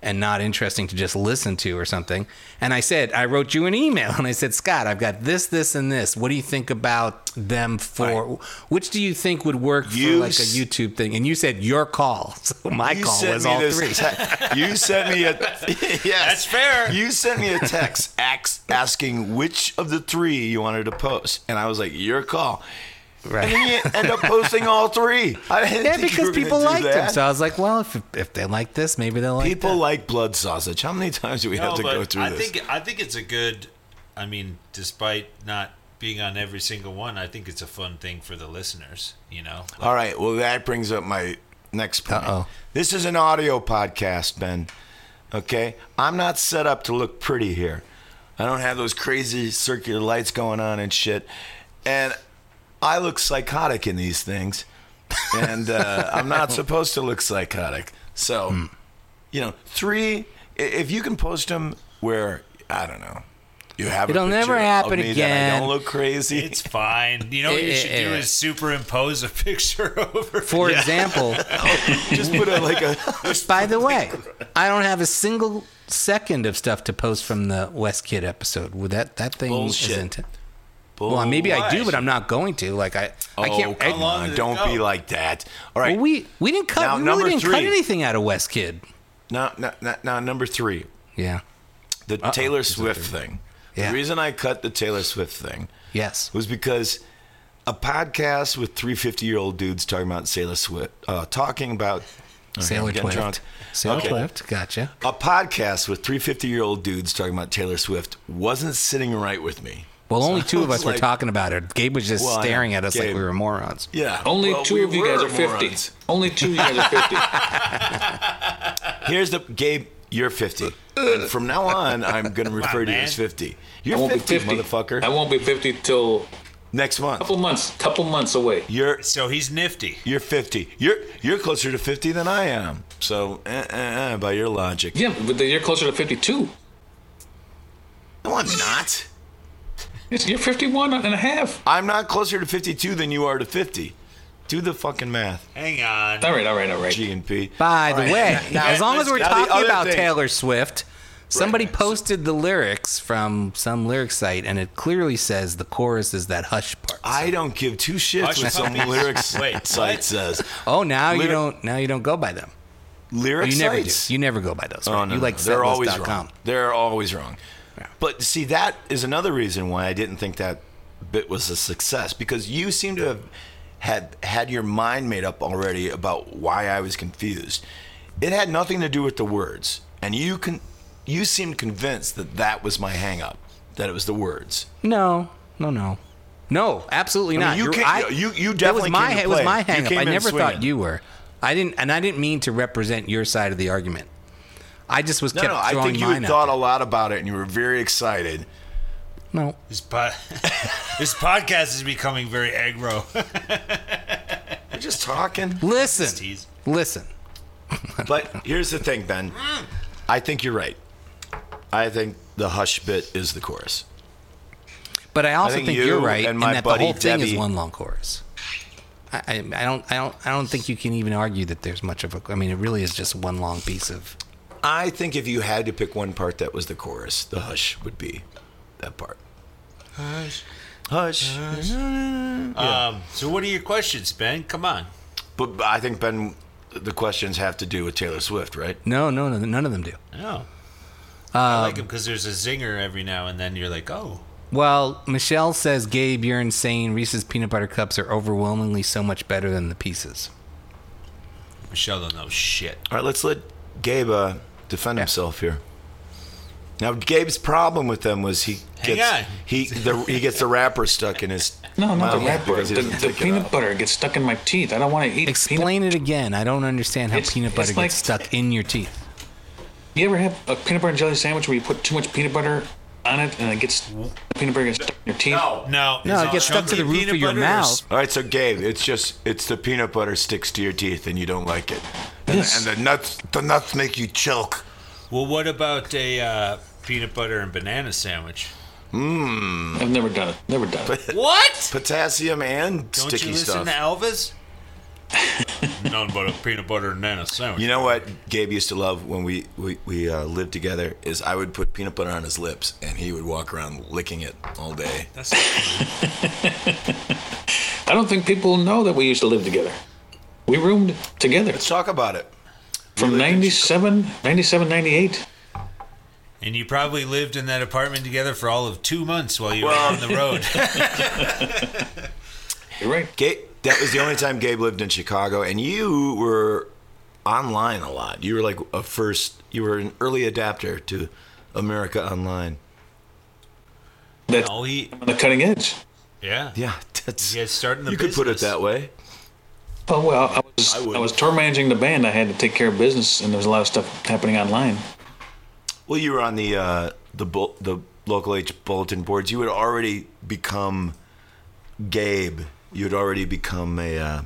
S5: and not interesting to just listen to or something. And I said, I wrote you an email *laughs* and I said, Scott, I've got this, this, and this. What do you think about them for? Which do you think would work
S3: You
S5: for like a
S3: s-
S5: YouTube thing? And you said your call. *laughs* So my
S3: You
S5: call
S3: sent
S5: was
S3: me
S5: all
S3: this *laughs*
S5: three.
S3: te- you sent me a
S5: *laughs*
S3: yes.
S7: That's fair.
S3: You sent me a text ax- asking which of the three you wanted to post, and I was like, "Your call."
S5: Right.
S3: And then you end up posting all three. I didn't
S5: yeah,
S3: think you
S5: because
S3: were gonna
S5: people
S3: do
S5: liked them.
S3: that.
S5: So I was like, well, if, if they like this, maybe they'll like
S3: People like blood sausage. How many times do we have to go through
S7: I
S3: this?
S7: think I think it's a good. I mean, despite not being on every single one, I think it's a fun thing for the listeners. You know,
S3: All right. Well, that brings up my next point.
S5: Uh-oh.
S3: This is an audio podcast, Ben. Okay? I'm not set up to look pretty here. I don't have those crazy circular lights going on and shit. And I look psychotic in these things.
S5: *laughs*
S3: And uh, I'm not supposed to look psychotic. So,
S5: Hmm.
S3: you know, three, i- if you can post them where, I don't know. You have a
S5: It'll never
S3: picture of
S5: happen
S3: me that I
S5: again.
S3: don't look crazy.
S7: it's fine. You know what you should do is superimpose a picture *laughs* over.
S5: For
S3: *laughs*
S5: example,
S3: Just put a, like a. *laughs*
S5: by the way, I don't have a single second of stuff to post from the West Kid episode. Would that that thing
S3: Bullshit.
S5: isn't? Well, maybe I do, but I'm not going to. Like I, I
S3: Oh,
S5: can't. I-
S3: come on.
S7: did it
S3: Don't
S7: go?
S3: be like that. All right.
S5: Well, we we didn't cut.
S3: Now,
S5: we
S3: number
S5: really didn't cut
S3: three.
S5: anything out of West Kid.
S3: now, now, now, now, number three,
S5: Yeah.
S3: the Taylor Swift thing.
S5: Yeah.
S3: The reason I cut the Taylor Swift thing
S5: Yes.
S3: was because a podcast with three 50 year old dudes talking about Taylor Swift, uh, talking about okay,
S5: Sailor
S3: I'm getting drunk.
S5: Twift. Sailor
S3: Okay.
S5: Twift. Gotcha.
S3: A podcast with three 50 year old dudes talking about Taylor Swift wasn't sitting right with me.
S5: Well, only two of
S3: it's
S5: us were
S3: like-
S5: talking about it. Gabe was just
S3: Well, I-
S5: staring at us like
S3: Gabe-
S5: we were morons.
S3: Yeah.
S6: Only
S3: well,
S6: two
S3: we
S6: of you guys
S3: were
S6: are fifty.
S3: morons.
S6: Only two of you guys
S3: *laughs*
S6: are fifty.
S3: Here's the Gabe. You're 50. And from now on, I'm going to refer to you
S7: man.
S3: as 50.
S6: I
S3: You're
S6: won't
S3: 50,
S6: be fifty,
S3: motherfucker.
S6: I won't be fifty till
S3: Next month.
S6: couple months. Couple months away.
S3: You're
S7: So he's nifty.
S3: you're 50. You're you're closer to 50 than I am. So eh, eh, eh, by your logic,
S6: Yeah, but you're closer to fifty-two.
S3: no, I'm not.
S6: It's- You're fifty-one and a half.
S3: I'm not closer to 52 than you are to 50. Do the fucking math,
S7: Hang on.
S6: All right, all right, all right.
S3: G and P.
S5: By the way,
S3: *laughs* Now-
S5: as long as we're
S3: now the
S5: talking
S3: other
S5: about
S3: thing.
S5: Taylor Swift, Somebody
S3: right.
S5: posted the lyrics from some lyric site, and it clearly says the chorus is that hush part.
S3: I don't give two shits
S7: Hush
S3: what some
S7: puppies. *laughs*
S3: lyrics
S7: Wait,
S3: site
S7: what?
S3: says.
S5: oh, now you
S3: lyric-
S5: don't. Now you don't go by them.
S3: Lyric
S5: You never do.
S3: sites?
S5: You never go by those.
S3: Oh,
S5: right?
S3: no,
S5: you
S3: no,
S5: like
S3: no. they're always
S5: setlist.com.
S3: wrong. They're always wrong. But see, that is another reason why I didn't think that bit was a success because you seem to have had had your mind made up already about why I was confused. It had nothing to do with the words, and you can you seemed convinced that that was my hang up, that it was the words.
S5: No, no, no, no. Absolutely
S3: I mean,
S5: not.
S3: you
S5: You're-
S3: came-
S5: I-
S3: you- you- you
S5: that was
S3: definitely
S5: my
S3: came to
S5: it was
S3: play.
S5: my
S3: You
S5: hang up.
S3: came
S5: I
S3: in
S5: never
S3: swinging.
S5: thought you were. I didn't, and I didn't mean to represent your side of the argument. I just was
S3: No,
S5: kept
S3: no, I
S5: throwing
S3: think you
S5: mine
S3: had
S5: out
S3: thought
S5: there.
S3: a lot about it, and you were very excited.
S5: No,
S7: This, po- *laughs* this podcast is becoming very aggro. *laughs*
S3: We're just talking.
S5: listen,
S7: tease.
S5: listen.
S3: But here's the thing, Ben. I think you're right. I think the hush bit is the chorus.
S5: But I also
S3: think
S5: think,
S3: you
S5: you are right,
S3: and
S5: in
S3: my
S5: that
S3: buddy
S5: the whole thing
S3: Debbie-
S5: is one long chorus. I, I, I don't, I don't, I don't think you can even argue that there's much of a. I mean, it really is just one long piece of.
S3: I think if you had to pick one part that was the chorus, the hush would be that part. Hush. Hush.
S7: um, so, what are your questions, Ben? Come on.
S3: But but I think Ben the questions have to do with Taylor Swift, right?
S5: No, no, no, none of them do.
S7: No. Oh. I
S5: Um,
S7: like him because there's a zinger every now and then. You're like, oh,
S5: Well, Michelle says, Gabe, you're insane. Reese's peanut butter cups are overwhelmingly so much better than the pieces.
S7: Michelle don't know shit.
S3: All right, let's let Gabe uh, defend himself here. Now, Gabe's problem with them was he
S7: Hang
S3: gets
S7: on.
S3: he the, he gets the wrapper stuck in his
S6: No, not the
S3: mouth
S6: wrapper.
S3: because he
S6: The,
S3: doesn't
S6: the
S3: take it
S6: peanut
S3: out.
S6: butter gets stuck in my teeth. I don't want to eat peanut.
S5: Explain it again. I don't understand how
S6: It's-
S5: peanut butter
S6: it's like-
S5: gets stuck in your teeth.
S6: You ever have a peanut butter and jelly sandwich where you put too much peanut butter on it and it gets peanut butter gets stuck in your teeth?
S7: No,
S5: No,
S7: is
S5: it gets stuck
S7: chunky
S5: to the roof
S7: peanut
S5: of your
S7: butter or
S5: mouth.
S3: All right, so Gabe, it's just it's the peanut butter sticks to your teeth and you don't like it,
S6: Yes.
S3: and the nuts the nuts make you choke.
S7: Well, what about a uh, peanut butter and banana
S5: *laughs*
S7: sandwich?
S6: I've never done it. Never done
S8: *laughs*
S6: it.
S7: What?
S3: Potassium and
S7: Don't
S3: sticky
S7: you listen
S3: stuff.
S7: to
S5: *laughs*
S7: Elvis? None but a peanut butter and banana sandwich.
S3: you know what Gabe used to love when we we, we uh, lived together is I would put peanut butter on his lips and he would walk around licking it all day.
S7: That's
S6: I don't think people know that we used to live together. We roomed together
S3: Let's talk about it.
S6: from 97, 97, 98.
S7: and you probably lived in that apartment together for all of two months while you
S3: Well-
S7: were on the
S5: *laughs*
S7: road.
S6: You're right.
S3: Gabe, that was the only time Gabe lived in Chicago, and you were online a lot. You were like a first, you were an early adapter to America Online.
S6: That's
S7: no,
S6: on
S7: he,
S6: the cutting edge.
S7: yeah,
S10: *laughs*
S3: Yeah, that's
S7: You guys starting the
S3: You could put it
S7: business.
S3: that way.
S6: Oh well, I was
S3: I
S6: I,
S3: wouldn't.
S6: was tour managing the band. I had to take care of business, and there was a lot of stuff happening online.
S3: Well, you were on the uh, the bull the local H bulletin boards. You had already become Gabe. You had already become a uh,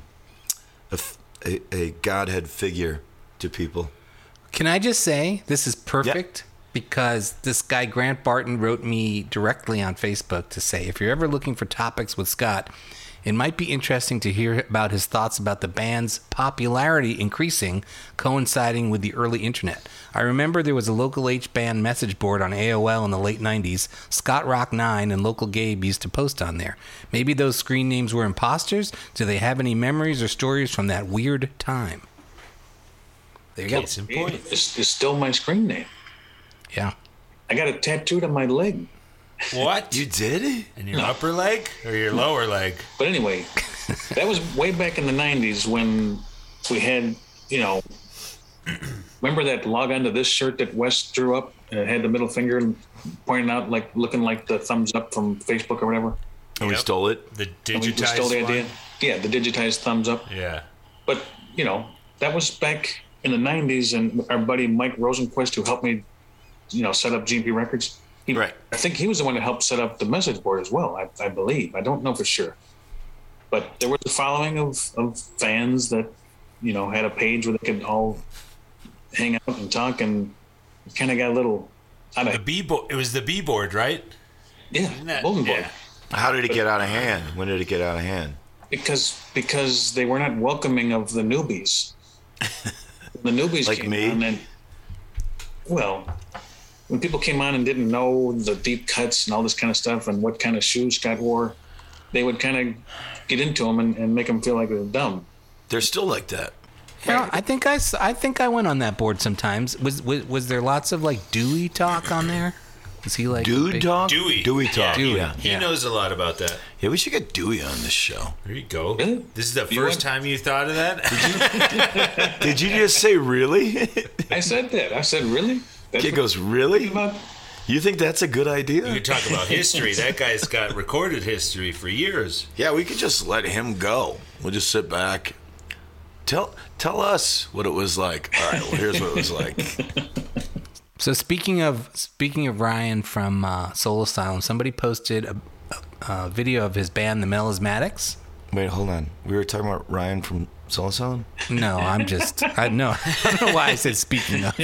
S3: a, f- a, a godhead figure to people.
S5: Can I just say this is perfect because this guy Grant Barton wrote me directly on Facebook to say if you're ever looking for topics with Scott, it might be interesting to hear about his thoughts about the band's popularity increasing, coinciding with the early internet. I remember there was a local H band message board on AOL in the late 90s. Scott Rock 9 and Local Gabe used to post on there. Maybe those screen names were imposters? Do they have any memories or stories from that weird time? There you go.
S7: Case in point.
S6: It's, it's still my screen name.
S5: Yeah.
S6: I got it tattooed on my leg.
S7: What?
S3: You did it.
S7: and your upper leg or your lower leg?
S6: But anyway, that was way back in the '90s when we had, you know, remember that log onto this shirt that Wes drew up and it had the middle finger pointing out, like looking like the thumbs up from Facebook or whatever.
S3: And we
S7: Yep.
S3: stole it.
S7: The
S6: And we- we
S7: digitized
S6: stole the idea.
S7: one?
S6: Yeah, the digitized thumbs up.
S7: Yeah.
S6: but you know that was back in the 90s and our buddy mike rosenquist who helped me you know set up gmp records he,
S3: Right.
S6: i think he was the one that helped set up the message board as well i, I believe i don't know for sure but there was a following of, of fans that you know had a page where they could all hang out and talk and kind of got a little out
S7: The
S6: of
S7: B board. It was the B board, right?
S6: yeah,
S7: that-
S6: bulletin board.
S7: yeah.
S3: How did it get out of hand? When did it get out of hand?
S6: because because they were not welcoming of the newbies. The newbies
S3: Like
S6: came
S3: me?
S6: on and well, when people came on and didn't know the deep cuts and all this kind of stuff and what kind of shoes Scott wore, they would kind of get into them and, and make them feel like they're dumb.
S10: They're still like that.
S5: Yeah, I think I, s- I think I went on that board sometimes. Was was, was there lots of like Dewey talk on there? Was he like a
S10: Dude
S5: big-
S10: talk?
S8: Dewey.
S10: Dewey talk. Yeah,
S8: Yeah, he-
S10: yeah.
S8: He
S5: Yeah.
S8: knows a lot about that.
S10: we should get Dewey on this show.
S8: There you go.
S6: Really?
S8: This is the
S6: You
S8: first
S6: want-
S8: time you thought of that?
S10: Did you just say really? *laughs*
S6: I said that. I said, really? That's
S10: Kid
S6: what
S10: goes, really?
S6: it's about?
S10: You think that's a good idea?
S8: you *laughs* talk about history. That guy's got recorded history for years.
S10: Yeah, we could just let him go. We'll just sit *laughs* back. Tell tell us what it was like. All right, well here's what it was like.
S5: So speaking of speaking of Ryan from uh, Soul Asylum, somebody posted a, a, a video of his band, the Melismatics.
S10: *laughs* Wait, hold on. We were talking about Ryan from Soul Asylum?
S5: No, I'm just I know *laughs* I don't know why I said speaking of.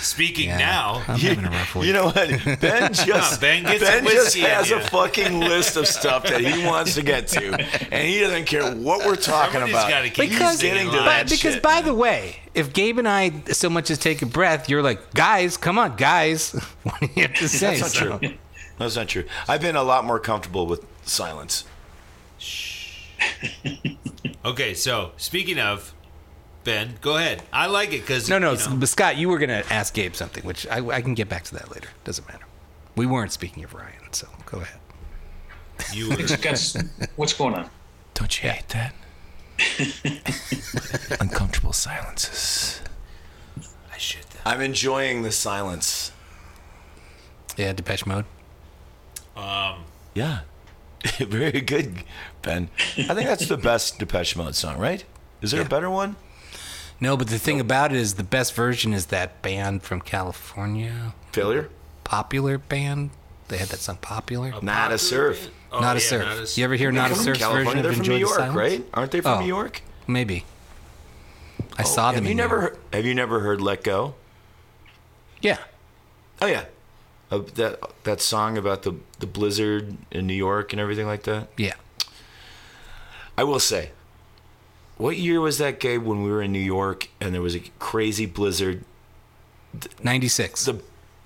S8: Speaking
S5: Yeah.
S8: now,
S5: I'm having a rough week.
S10: You know what?
S8: *laughs*
S10: Ben just
S8: Ben gets a
S10: just
S8: whiskey in
S10: has a
S8: ya.
S10: fucking list of stuff that he wants to get to, and he doesn't care what we're talking
S8: Somebody's
S10: about.
S8: gotta keep
S10: He's
S5: because
S10: getting to
S8: line.
S5: but,
S10: that
S5: because
S10: shit.
S5: by the way, if Gabe and I so much as take a breath, you're like, guys, come on, guys. *laughs* what do you have to say?
S10: That's not true. That's not true. I've been a lot more comfortable with silence.
S8: okay. So speaking of Ben, go ahead. I like it because
S5: No, no, but Scott, you were gonna ask Gabe something, which I, I can get back to that later. Doesn't matter. We weren't speaking of Ryan, so go ahead.
S8: you were
S6: Guys, what's going on?
S5: Don't you hate that? Uncomfortable silences.
S8: I should. though.
S10: I'm enjoying the silence.
S5: Yeah, Depeche Mode.
S10: Yeah. *laughs* Very good, Ben. I think that's the best Depeche Mode song, right? Is there a better one?
S5: No, but the thing about it is the best version is that band from California,
S10: Failure?
S5: popular band. They had that song "Popular."
S10: Not a surf.
S8: Oh,
S5: not, a
S8: yeah,
S5: surf.
S8: not
S5: You ever hear "Not a
S10: From
S5: Surf" version
S10: California,
S5: of
S10: they're from
S5: "Enjoy
S10: New
S5: the
S10: York,
S5: Silence"?
S10: right? Aren't they from
S5: Oh.
S10: New York?
S5: Maybe. I saw them.
S10: Have you
S5: in
S10: never
S5: Europe.
S10: heard, have you never heard "Let Go"?
S5: Yeah.
S10: Oh yeah, uh, that that song about the the blizzard in New York and everything like that.
S5: Yeah.
S10: I will say, what year was that, Gabe? When we were in New York and there was a crazy blizzard.
S5: Ninety-six.
S10: The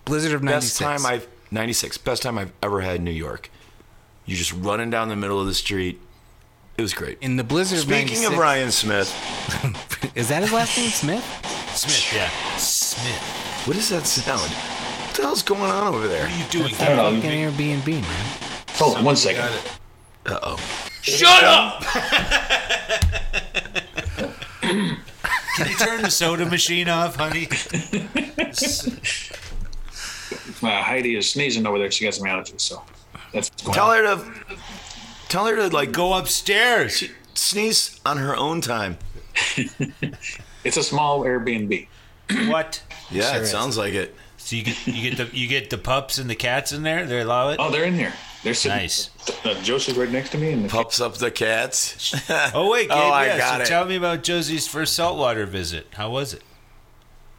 S5: Blizzard of
S10: best
S5: ninety-six.
S10: time I've ninety six. Best time I've ever had in New York. You're just running down the middle of the street. It was great.
S5: in the Blizzard
S10: Speaking
S5: of
S10: of
S5: 96
S10: Ryan Smith,
S5: is that his last name, Smith?
S8: Smith, yeah. Smith.
S10: what is that sound? What the hell's going on over there?
S8: What are you doing?
S6: I don't know.
S5: Fucking Airbnb, man.
S6: Hold on one second.
S10: Uh oh.
S8: Shut up! *laughs* Can you turn the soda machine off, honey?
S6: Uh, Heidi is sneezing over there. She got some allergies, so that's what's going
S10: Tell
S6: on.
S10: her to, tell her to like go
S8: Go upstairs.
S10: sneeze on her own time.
S6: It's a small Airbnb.
S8: What?
S10: Yeah, it sounds like it.
S8: So you get you get the you get the pups and the cats in there. They allow it.
S6: Oh, they're in here. They're sitting.
S8: Nice.
S6: Uh, Josie's right next to me, and the
S10: Pups up the cats.
S8: Oh wait, Gabe,
S10: *laughs* Oh, I
S8: yeah,
S10: got
S8: so
S10: it.
S8: tell me about Josie's first saltwater visit. How was it?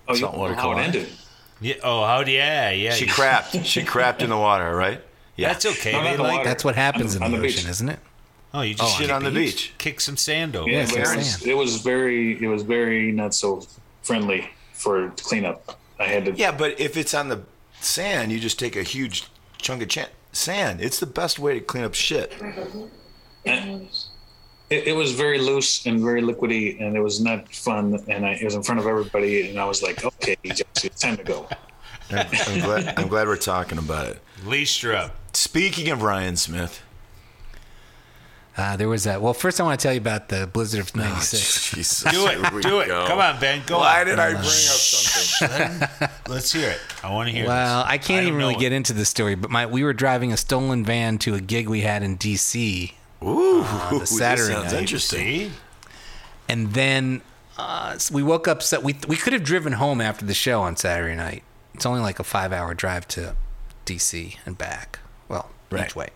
S6: oh, you
S10: Saltwater
S6: know how it
S10: colony.
S6: ended.
S8: Yeah, oh, how do yeah, yeah.
S10: She
S8: you-
S10: crapped. She crapped in the water, right? Yeah.
S8: That's okay.
S6: No, not
S8: they
S6: the
S8: like
S6: water.
S5: That's what happens in
S6: On
S5: the,
S6: the beach.
S5: ocean, isn't it?
S8: Oh, you just
S10: Shit on the beach.
S8: kick some sand over.
S6: Yeah, but
S5: what
S6: it
S5: I'm
S6: was,
S5: saying.
S6: it was very, it was very not so friendly for cleanup. I had to.
S10: Yeah, but if it's on the sand, you just take a huge chunk of cha- sand. It's the best way to clean up shit.
S6: It, it was very loose and very liquidy, and it was not fun. And I, it was in front of everybody, and I was like, "Okay, Josie, it's time to go."
S10: I'm, I'm glad, I'm glad we're talking about it.
S8: Leashed her up.
S10: Speaking of Ryan Smith,
S5: Uh, there was that. Well, first I want to tell you about the Blizzard of '96.
S10: Jesus,
S8: Do
S10: here we
S8: it. Do it.
S10: go.
S8: Come on, Ben. Go
S10: Why
S8: on.
S10: did I bring up something?
S8: Let's hear it. I want to hear
S5: Well,
S8: this.
S5: I can't
S8: don't
S5: even really
S8: know
S5: get
S8: it.
S5: into this story, but my we were driving a stolen van to a gig we had in D.C.
S10: Ooh,
S5: the
S10: this
S5: Saturday
S10: sounds
S5: night.
S10: interesting.
S8: See?
S5: and then uh, so we woke up. So we we could have driven home after the show on Saturday night. It's only like a five-hour drive to D.C. and back. Well,
S10: Right.
S5: each way.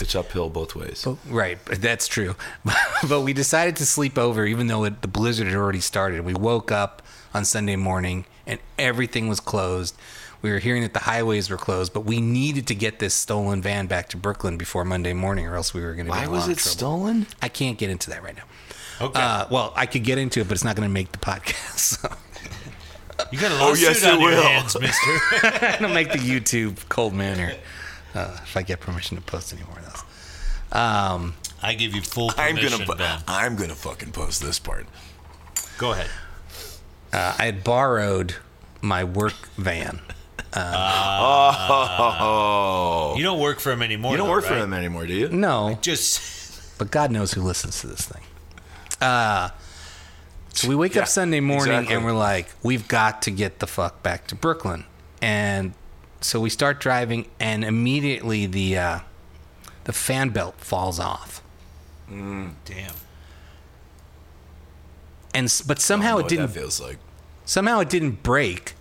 S10: It's uphill both ways.
S5: Right, but that's true. *laughs* but we decided to sleep over, even though it, the blizzard had already started. We woke up on Sunday morning and everything was closed. We were hearing that the highways were closed, but we needed to get this stolen van back to Brooklyn before Monday morning, or else we were going to be
S10: Why
S5: in a
S10: was
S5: lot of
S10: it
S5: trouble.
S10: stolen?
S5: I can't get into that right now.
S8: Okay.
S5: Uh, well, I could get into it, but it's not going to make the podcast. *laughs* so.
S8: You got a lawsuit
S10: yes, it
S8: on your
S10: will.
S8: hands, mister.
S5: I'm gonna make the YouTube cold manor uh, if I get permission to post any more of those. Um,
S8: I give you full
S3: I'm
S8: permission,
S3: gonna,
S8: Ben.
S3: fu- I'm gonna fucking post this part.
S8: Go ahead.
S5: uh, I had borrowed my work van.
S3: Oh,
S8: You don't work for him anymore.
S10: You don't
S8: though,
S10: work for
S8: right?
S10: them anymore, do you?
S5: No,
S8: Just *laughs*
S5: but God knows who listens to this thing. Uh, so we wake
S10: Yeah,
S5: up Sunday morning
S10: exactly.
S5: and we're like, we've got to get the fuck back to Brooklyn. And so we start driving, and immediately the uh, the fan belt falls off.
S3: Mm,
S8: damn.
S5: And s- but somehow
S3: what
S5: it
S3: that
S5: didn't
S3: feels like.
S5: somehow it didn't break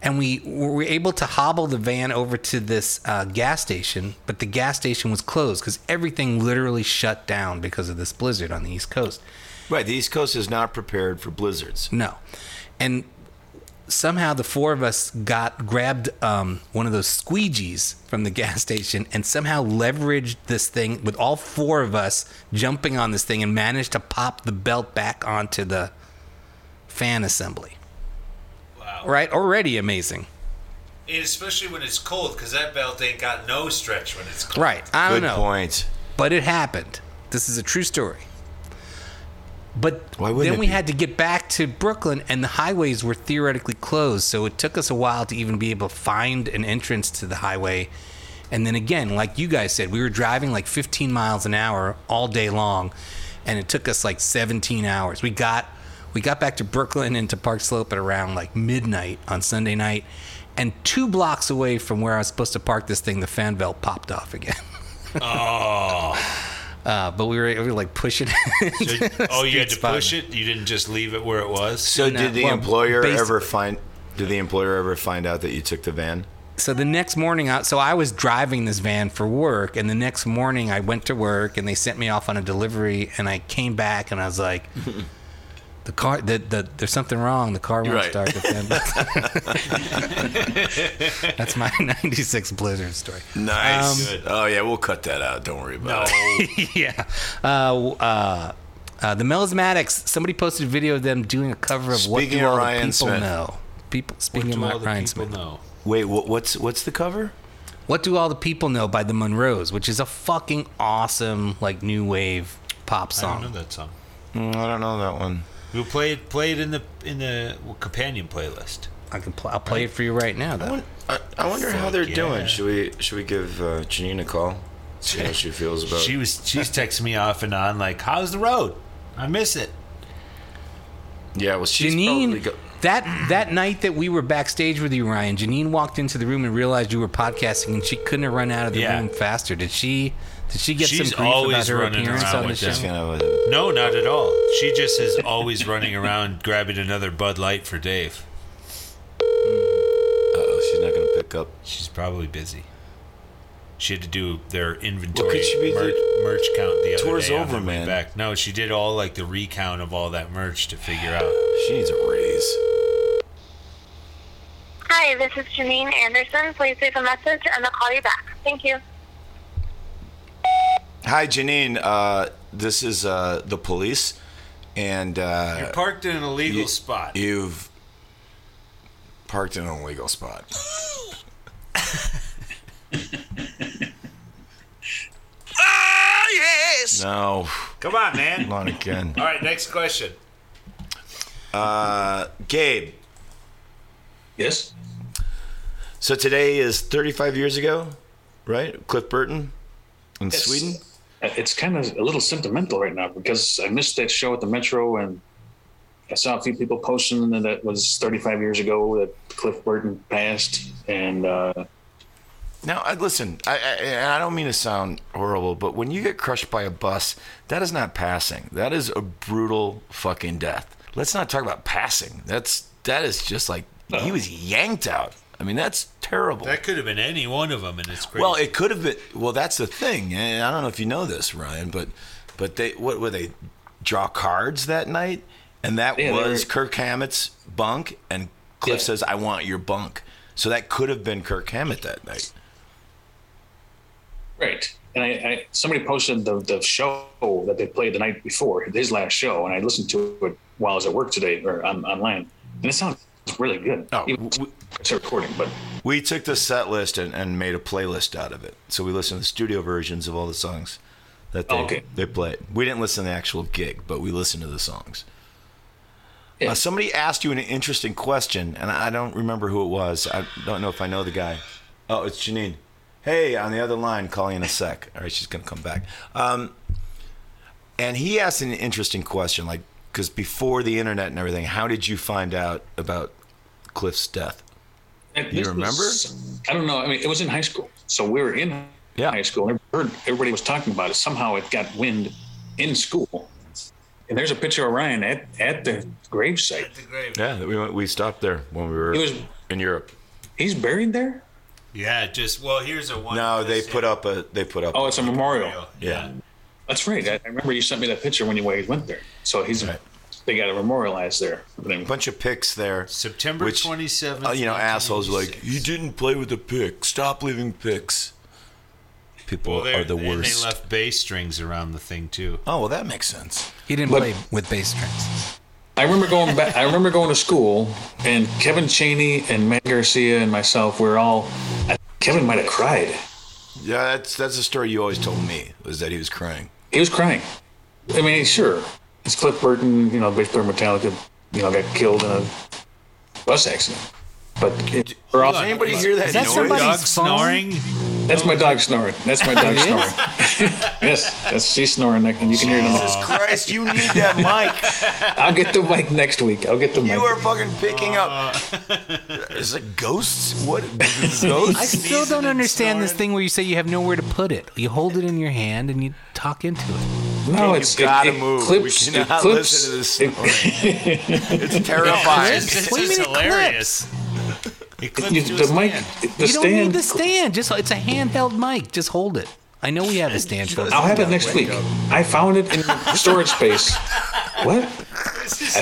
S5: and we were able to hobble the van over to this uh, gas station but the gas station was closed because everything literally shut down because of this blizzard on the east coast
S10: Right. The East Coast is not prepared for blizzards.
S5: no and somehow the four of us got grabbed um, one of those squeegees from the *laughs* gas station and somehow leveraged this thing with all four of us jumping on this thing and managed to pop the belt back onto the fan assembly wow right already amazing
S8: And especially when it's cold, because that belt ain't got no stretch when it's cold.
S5: Right. I
S10: Good
S5: don't know.
S10: point.
S5: But it happened. This is a true story. But
S10: Why wouldn't
S5: then
S10: it
S5: we
S10: be?
S5: had to get back to Brooklyn, and the highways were theoretically closed. So it took us a while to even be able to find an entrance to the highway. And then again, like you guys said, we were driving like 15 miles an hour all day long, and it took us like 17 hours. We got we got back to Brooklyn and to Park Slope at around like midnight on Sunday night, and two blocks away from where I was supposed to park this thing, the fan belt popped off again. *laughs* Uh, but we were able to like push it.
S8: *laughs* oh, you had to
S5: Street spot.
S8: push it. You didn't just leave it where it was.
S10: So
S5: No,
S10: did the
S5: well,
S10: employer ever
S5: basically.
S10: find? Did the employer ever find out that you took the van?
S5: *laughs* so the next morning, I, so I was driving this van for work, and the next morning I went to work, and they sent me off on a delivery, and I came back, and I was
S10: *laughs*
S5: like, the car, the, the there's something wrong. The car won't
S3: Right.
S5: start.
S10: *laughs*
S5: The fan. That's my '96 Blizzard story.
S8: Um,
S3: Nice. oh yeah, we'll cut that out. Don't worry about it.
S5: yeah. Uh, uh, uh, the Melismatics. Somebody posted a video of them doing a cover of What
S10: Speaking
S5: Do
S10: of
S5: All
S10: Ryan
S5: the People
S10: Smith.
S5: Know? People
S8: What
S5: speaking
S8: do all
S5: of
S8: the
S5: Ryan
S8: people
S5: Smith.
S8: know?
S10: Wait, what, what's what's the cover?
S5: What Do All the People Know by the Monroes, which is a fucking awesome like new wave pop
S8: I don't know
S5: song.
S8: that song.
S10: Mm, I don't know that one.
S8: We'll play it. Play it in the in the companion playlist.
S5: I can play. I'll play it for you right now.
S10: I,
S5: Though.
S10: won- I, I wonder how they're
S8: Fuck yeah.
S10: doing. Should we should we give uh, Janine a call? See how she feels about.
S8: She was
S10: *laughs*
S8: she's texting me off and on like, "How's the road? I miss it."
S10: yeah, well, she's probably
S5: Janine,
S10: go-
S5: that that night that we were backstage with you, Ryan, Janine walked into the room and realized you were podcasting, and she couldn't have run out of the
S8: Yeah.
S5: room faster. Did she? Did she get
S8: She's
S5: some grief about
S8: always
S5: her
S8: running
S5: appearance
S8: around
S5: on the
S8: like
S5: show?
S8: that.
S10: kind of a-
S8: No, not at all. She just is
S10: *laughs*
S8: always running around grabbing another Bud Light for Dave.
S10: uh-oh, she's not gonna pick up.
S8: She's probably busy. She had to do their
S10: Well,
S8: inventory
S10: could she be
S8: merch, merch count the other
S10: Tour's
S8: day on
S10: over,
S8: the way
S10: man.
S8: back. No, she did all like the recount of all that merch to figure out.
S10: She needs a raise.
S11: Hi, this is Janine Anderson. Please leave a message and I'll call you back. Thank you.
S10: Hi, Janine. Uh, this is uh, the police, and uh,
S8: Parked in an illegal
S10: you-
S8: spot.
S3: You've parked in an
S10: *laughs*
S3: illegal spot.
S10: Ah, no,
S8: Come on, man.
S10: not again.
S8: all right, next question.
S10: Uh, Gabe.
S6: Yes.
S10: So today is 35 years ago, right? Cliff Burton in Sweden.
S6: Uh, It's kind of a little sentimental right now because I missed that show at the Metro and I saw a few people posting that it was 35 years ago that Cliff Burton passed. And uh,
S10: Now, I, listen, I, I, and I don't mean to sound horrible, but when you get crushed by a bus, that is not passing. That is a brutal fucking death. Let's not talk about passing. That's that is just like he was yanked out. I mean, that's terrible.
S8: That could have been any one of them, and it's crazy.
S3: Well, it could have been. Well, that's the thing. And I don't know if you know this, Ryan, but
S10: but they what were they draw cards that night, and that
S6: Yeah, they
S10: was
S6: were-
S10: Kirk Hammett's bunk, and Cliff
S6: Yeah.
S10: says, "I want your bunk." So that could have been Kirk Hammett that night.
S6: Right. And I, I somebody posted the, the show that they played the night before, his last show, and I listened to it while I was at work today or on, online. And it sounds It's really good.
S10: Oh,
S6: Even-
S10: w-
S6: it's a recording, but
S10: We took the set list and, and made a playlist out of it. So we listened to the studio versions of all the songs that they,
S6: Okay.
S10: they played. We didn't listen to the actual gig, but we listened to the songs. Uh, somebody asked you an interesting question, and I don't remember who it was. I don't know if I know the guy. Oh, it's Janine. Hey, on the other line, calling in a sec. All right, she's going to come back. Um, and he asked an interesting question, like, because before the internet and everything, how did you find out about Cliff's death?
S6: And
S10: You
S6: this was- I don't know. I mean, it was in high school, so we were in
S10: Yeah.
S6: high school. and I heard everybody was talking about it. Somehow it got wind in school. And there's a picture of Ryan at, at the gravesite.
S10: Yeah, we went, we stopped there when we were
S6: It was-
S10: in Europe.
S6: He's buried there.
S8: Yeah, just well, here's a one.
S10: No, they put up a they put up.
S6: Oh, it's a memorial.
S10: yeah.
S6: That's right. I, I remember you sent me that picture when you guys went there. So he's they got it memorialized there. But
S10: a
S6: I'm-
S10: bunch of picks there.
S8: September
S10: Which,
S8: 27th.
S10: Uh, you know, assholes like
S8: 1986.
S10: you didn't play with the pick. Stop leaving picks. People
S8: Well,
S10: are
S8: they
S10: the worst.
S8: And they left bass strings around the thing too.
S10: oh well, that makes sense.
S5: He didn't
S6: Look-
S5: play with bass strings.
S6: I remember going back. I remember going to school, and Kevin Cheney and Matt Garcia and myself were all. I, Kevin might have cried.
S10: Yeah, that's that's the story you always told me was that he was crying.
S6: He was crying. I mean, sure, it's Cliff Burton, you know, bass player Metallica, you know, got killed in a bus accident. But it, we're all,
S10: Does anybody hear that?
S5: Is that
S10: noise?
S5: somebody's
S8: Dog
S5: phone?
S8: snoring.
S6: that's my dog snoring. That's my dog
S5: It is?
S6: snoring. *laughs* yes, that's she's snoring, and you can hear it. on the-
S10: Jesus Christ, you need that mic.
S6: I'll get the mic next week. I'll get the mic.
S10: You are fucking picking up. *laughs* Is it ghosts? What? Ghosts?
S5: I still don't understand this thing where you say you have nowhere to put it. You hold it in your hand and you talk into it.
S6: no,
S10: You've gotta move.
S6: clips-
S10: we
S6: it
S10: cannot
S6: clips-
S10: listen to this.
S6: it-
S10: snoring. it's terrifying.
S8: This is
S5: What do you mean it
S8: hilarious. It clips
S6: you-
S8: to
S6: the
S8: his
S6: mic,
S8: hand.
S6: the
S5: you don't need
S6: stand.
S5: the stand. Just it's a handheld mic. Just hold it. I know we have a stand
S10: *laughs*
S5: for it.
S6: I'll have it next week. I found it
S5: *laughs*
S6: in storage space. What? I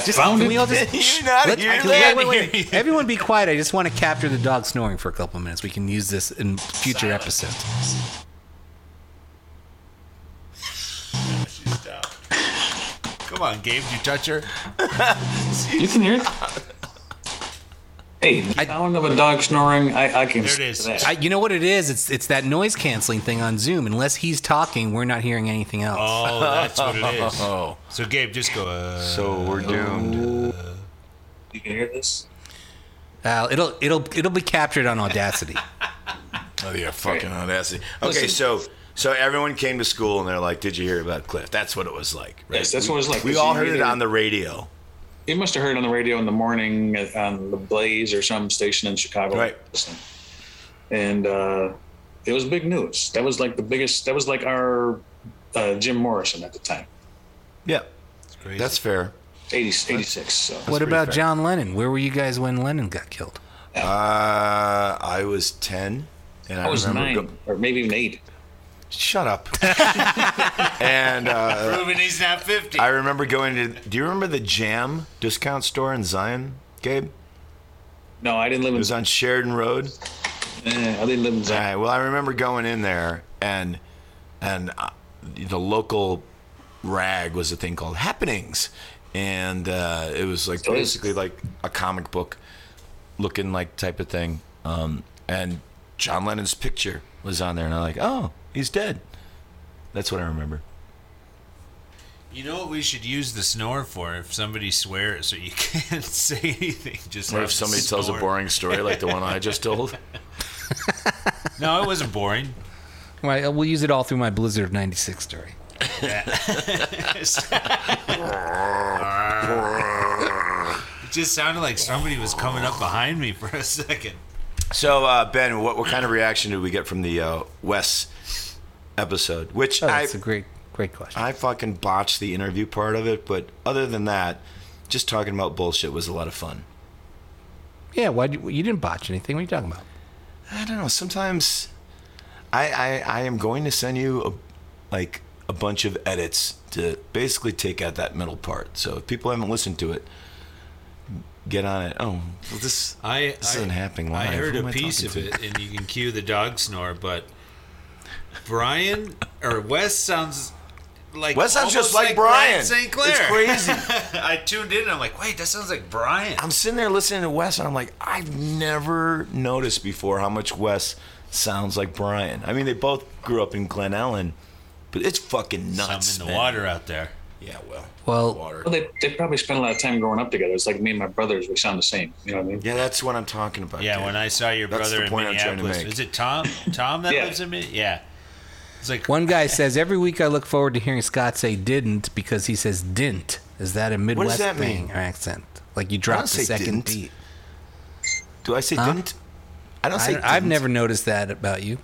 S6: found
S5: Can we all
S6: it.
S5: just
S10: you not
S5: Let's-
S10: hear
S5: I can-
S10: that?
S5: wait, wait, wait. Everyone be quiet. I just want to capture the dog snoring for a couple of minutes. We can use this in future episodes.
S8: She's down. Come on, Gabe, did you touch her?
S6: You can hear it. Hey, the sound of a dog snoring. I, I can.
S8: There it is.
S6: that.
S5: I, you know what it is? It's it's that noise canceling thing on Zoom. Unless he's talking, we're not hearing anything else.
S8: Oh, that's what
S10: *laughs*
S8: it is. So Gabe, just go. Uh,
S10: So we're doomed.
S6: you can hear this.
S5: Uh, it'll it'll it'll be captured
S10: *laughs*
S5: on Audacity.
S10: Oh, yeah, *laughs* fucking audacity. Okay,
S6: Listen.
S10: so so everyone came to school and they're like, "Did you hear about Cliff?" That's what it was like. Right?
S6: Yes, that's what it was like.
S10: We
S6: Did
S10: all
S6: you
S10: heard
S6: hear
S10: it
S6: that?
S10: on the radio.
S6: You must have heard it on the radio in the morning uh, on the Blaze or some station in Chicago.
S10: Right.
S6: And uh, it was big news. That was like the biggest. That was like our uh, Jim Morrison at the time,
S10: Yeah,
S8: crazy.
S10: that's fair.
S6: 80, 86. So.
S5: what about
S10: fair.
S5: John Lennon? Where were you guys when Lennon got killed?
S10: Uh, I was ten, and I,
S6: I was nine,
S10: remember. go-
S6: or maybe even eight.
S10: Shut
S6: *laughs*
S10: up. and uh,
S8: Ruben, he's not 50.
S10: I remember going to. Do you remember the Jam discount store in Zion, Gabe? It
S6: No, I didn't live in.
S10: was on Sheridan Road.
S6: eh, I didn't live in.
S10: All
S6: Zion.
S10: right. Well, I remember going in there, and and uh, the local rag was a thing called Happenings, and uh, it was like
S6: Still is.
S10: basically like a comic book looking like type of thing. Um, and John Lennon's picture was on there, and I'm like, oh, he's dead. That's what I remember.
S8: You know what we should use the snore for? If somebody swears or you *laughs* can't say anything, just
S10: Or
S8: have
S10: if
S8: the
S10: somebody tells a
S8: snore.
S10: boring story like the one I just told.
S8: No, it wasn't boring. *laughs*
S5: Right, uh, we'll use it all through my Blizzard of '96 story.
S8: it just sounded like somebody was coming up behind me for a second.
S10: *laughs* So uh, Ben, what what kind of reaction did we get from the uh, Wes episode? Which
S5: Oh,
S10: I
S5: that's a great great question.
S10: I fucking botched the interview part of it, but other than that, just talking about bullshit was a lot of fun.
S5: yeah, why you, you didn't botch anything? What are you talking about?
S10: I don't know. Sometimes I I, I am going to send you a, like a bunch of edits to basically take out that middle part. So if people haven't listened to it, get on it. Oh, well, this
S8: I
S10: this
S8: I,
S10: isn't happening live.
S8: I heard
S10: Who am
S8: a piece
S10: talking
S8: of
S10: to?
S8: it, and you can cue the dog snore. But Brian or Wes sounds
S12: like
S10: Wes sounds just
S12: almost
S10: like Brian.
S12: St. Clair.
S10: It's
S8: *laughs*
S10: crazy.
S12: I tuned in and I'm like, wait, that sounds like Brian.
S10: I'm sitting there listening to Wes, and I'm like, I've never noticed before how much Wes sounds like Brian. I mean, they both grew up in Glen Ellen, but it's fucking nuts.
S12: Something in the
S10: man.
S12: water out there.
S10: Yeah, well,
S5: Well-
S10: water.
S6: Well, they, they probably spent a lot of time growing up together. It's like me and my brothers, we sound the same. You know what I mean?
S10: Yeah, that's what I'm talking about.
S12: Yeah,
S10: dude.
S12: when I saw your
S10: That's
S12: brother
S10: the
S12: in
S10: point I'm trying to
S12: Minneapolis,
S10: make.
S12: is it Tom? Tom that
S6: Yeah.
S12: lives in Minneapolis? Yeah. It's like
S5: One guy says every week I look forward to hearing Scott say "didn't" because he says "didn't." Is that a Midwest
S10: that
S5: thing
S10: mean?
S5: or accent? Like you drop the
S10: say
S5: second
S10: didn't.
S5: D.
S10: do I say didn't? I don't
S5: I
S10: say.
S5: don't- I've
S10: didn't.
S5: never noticed that about you.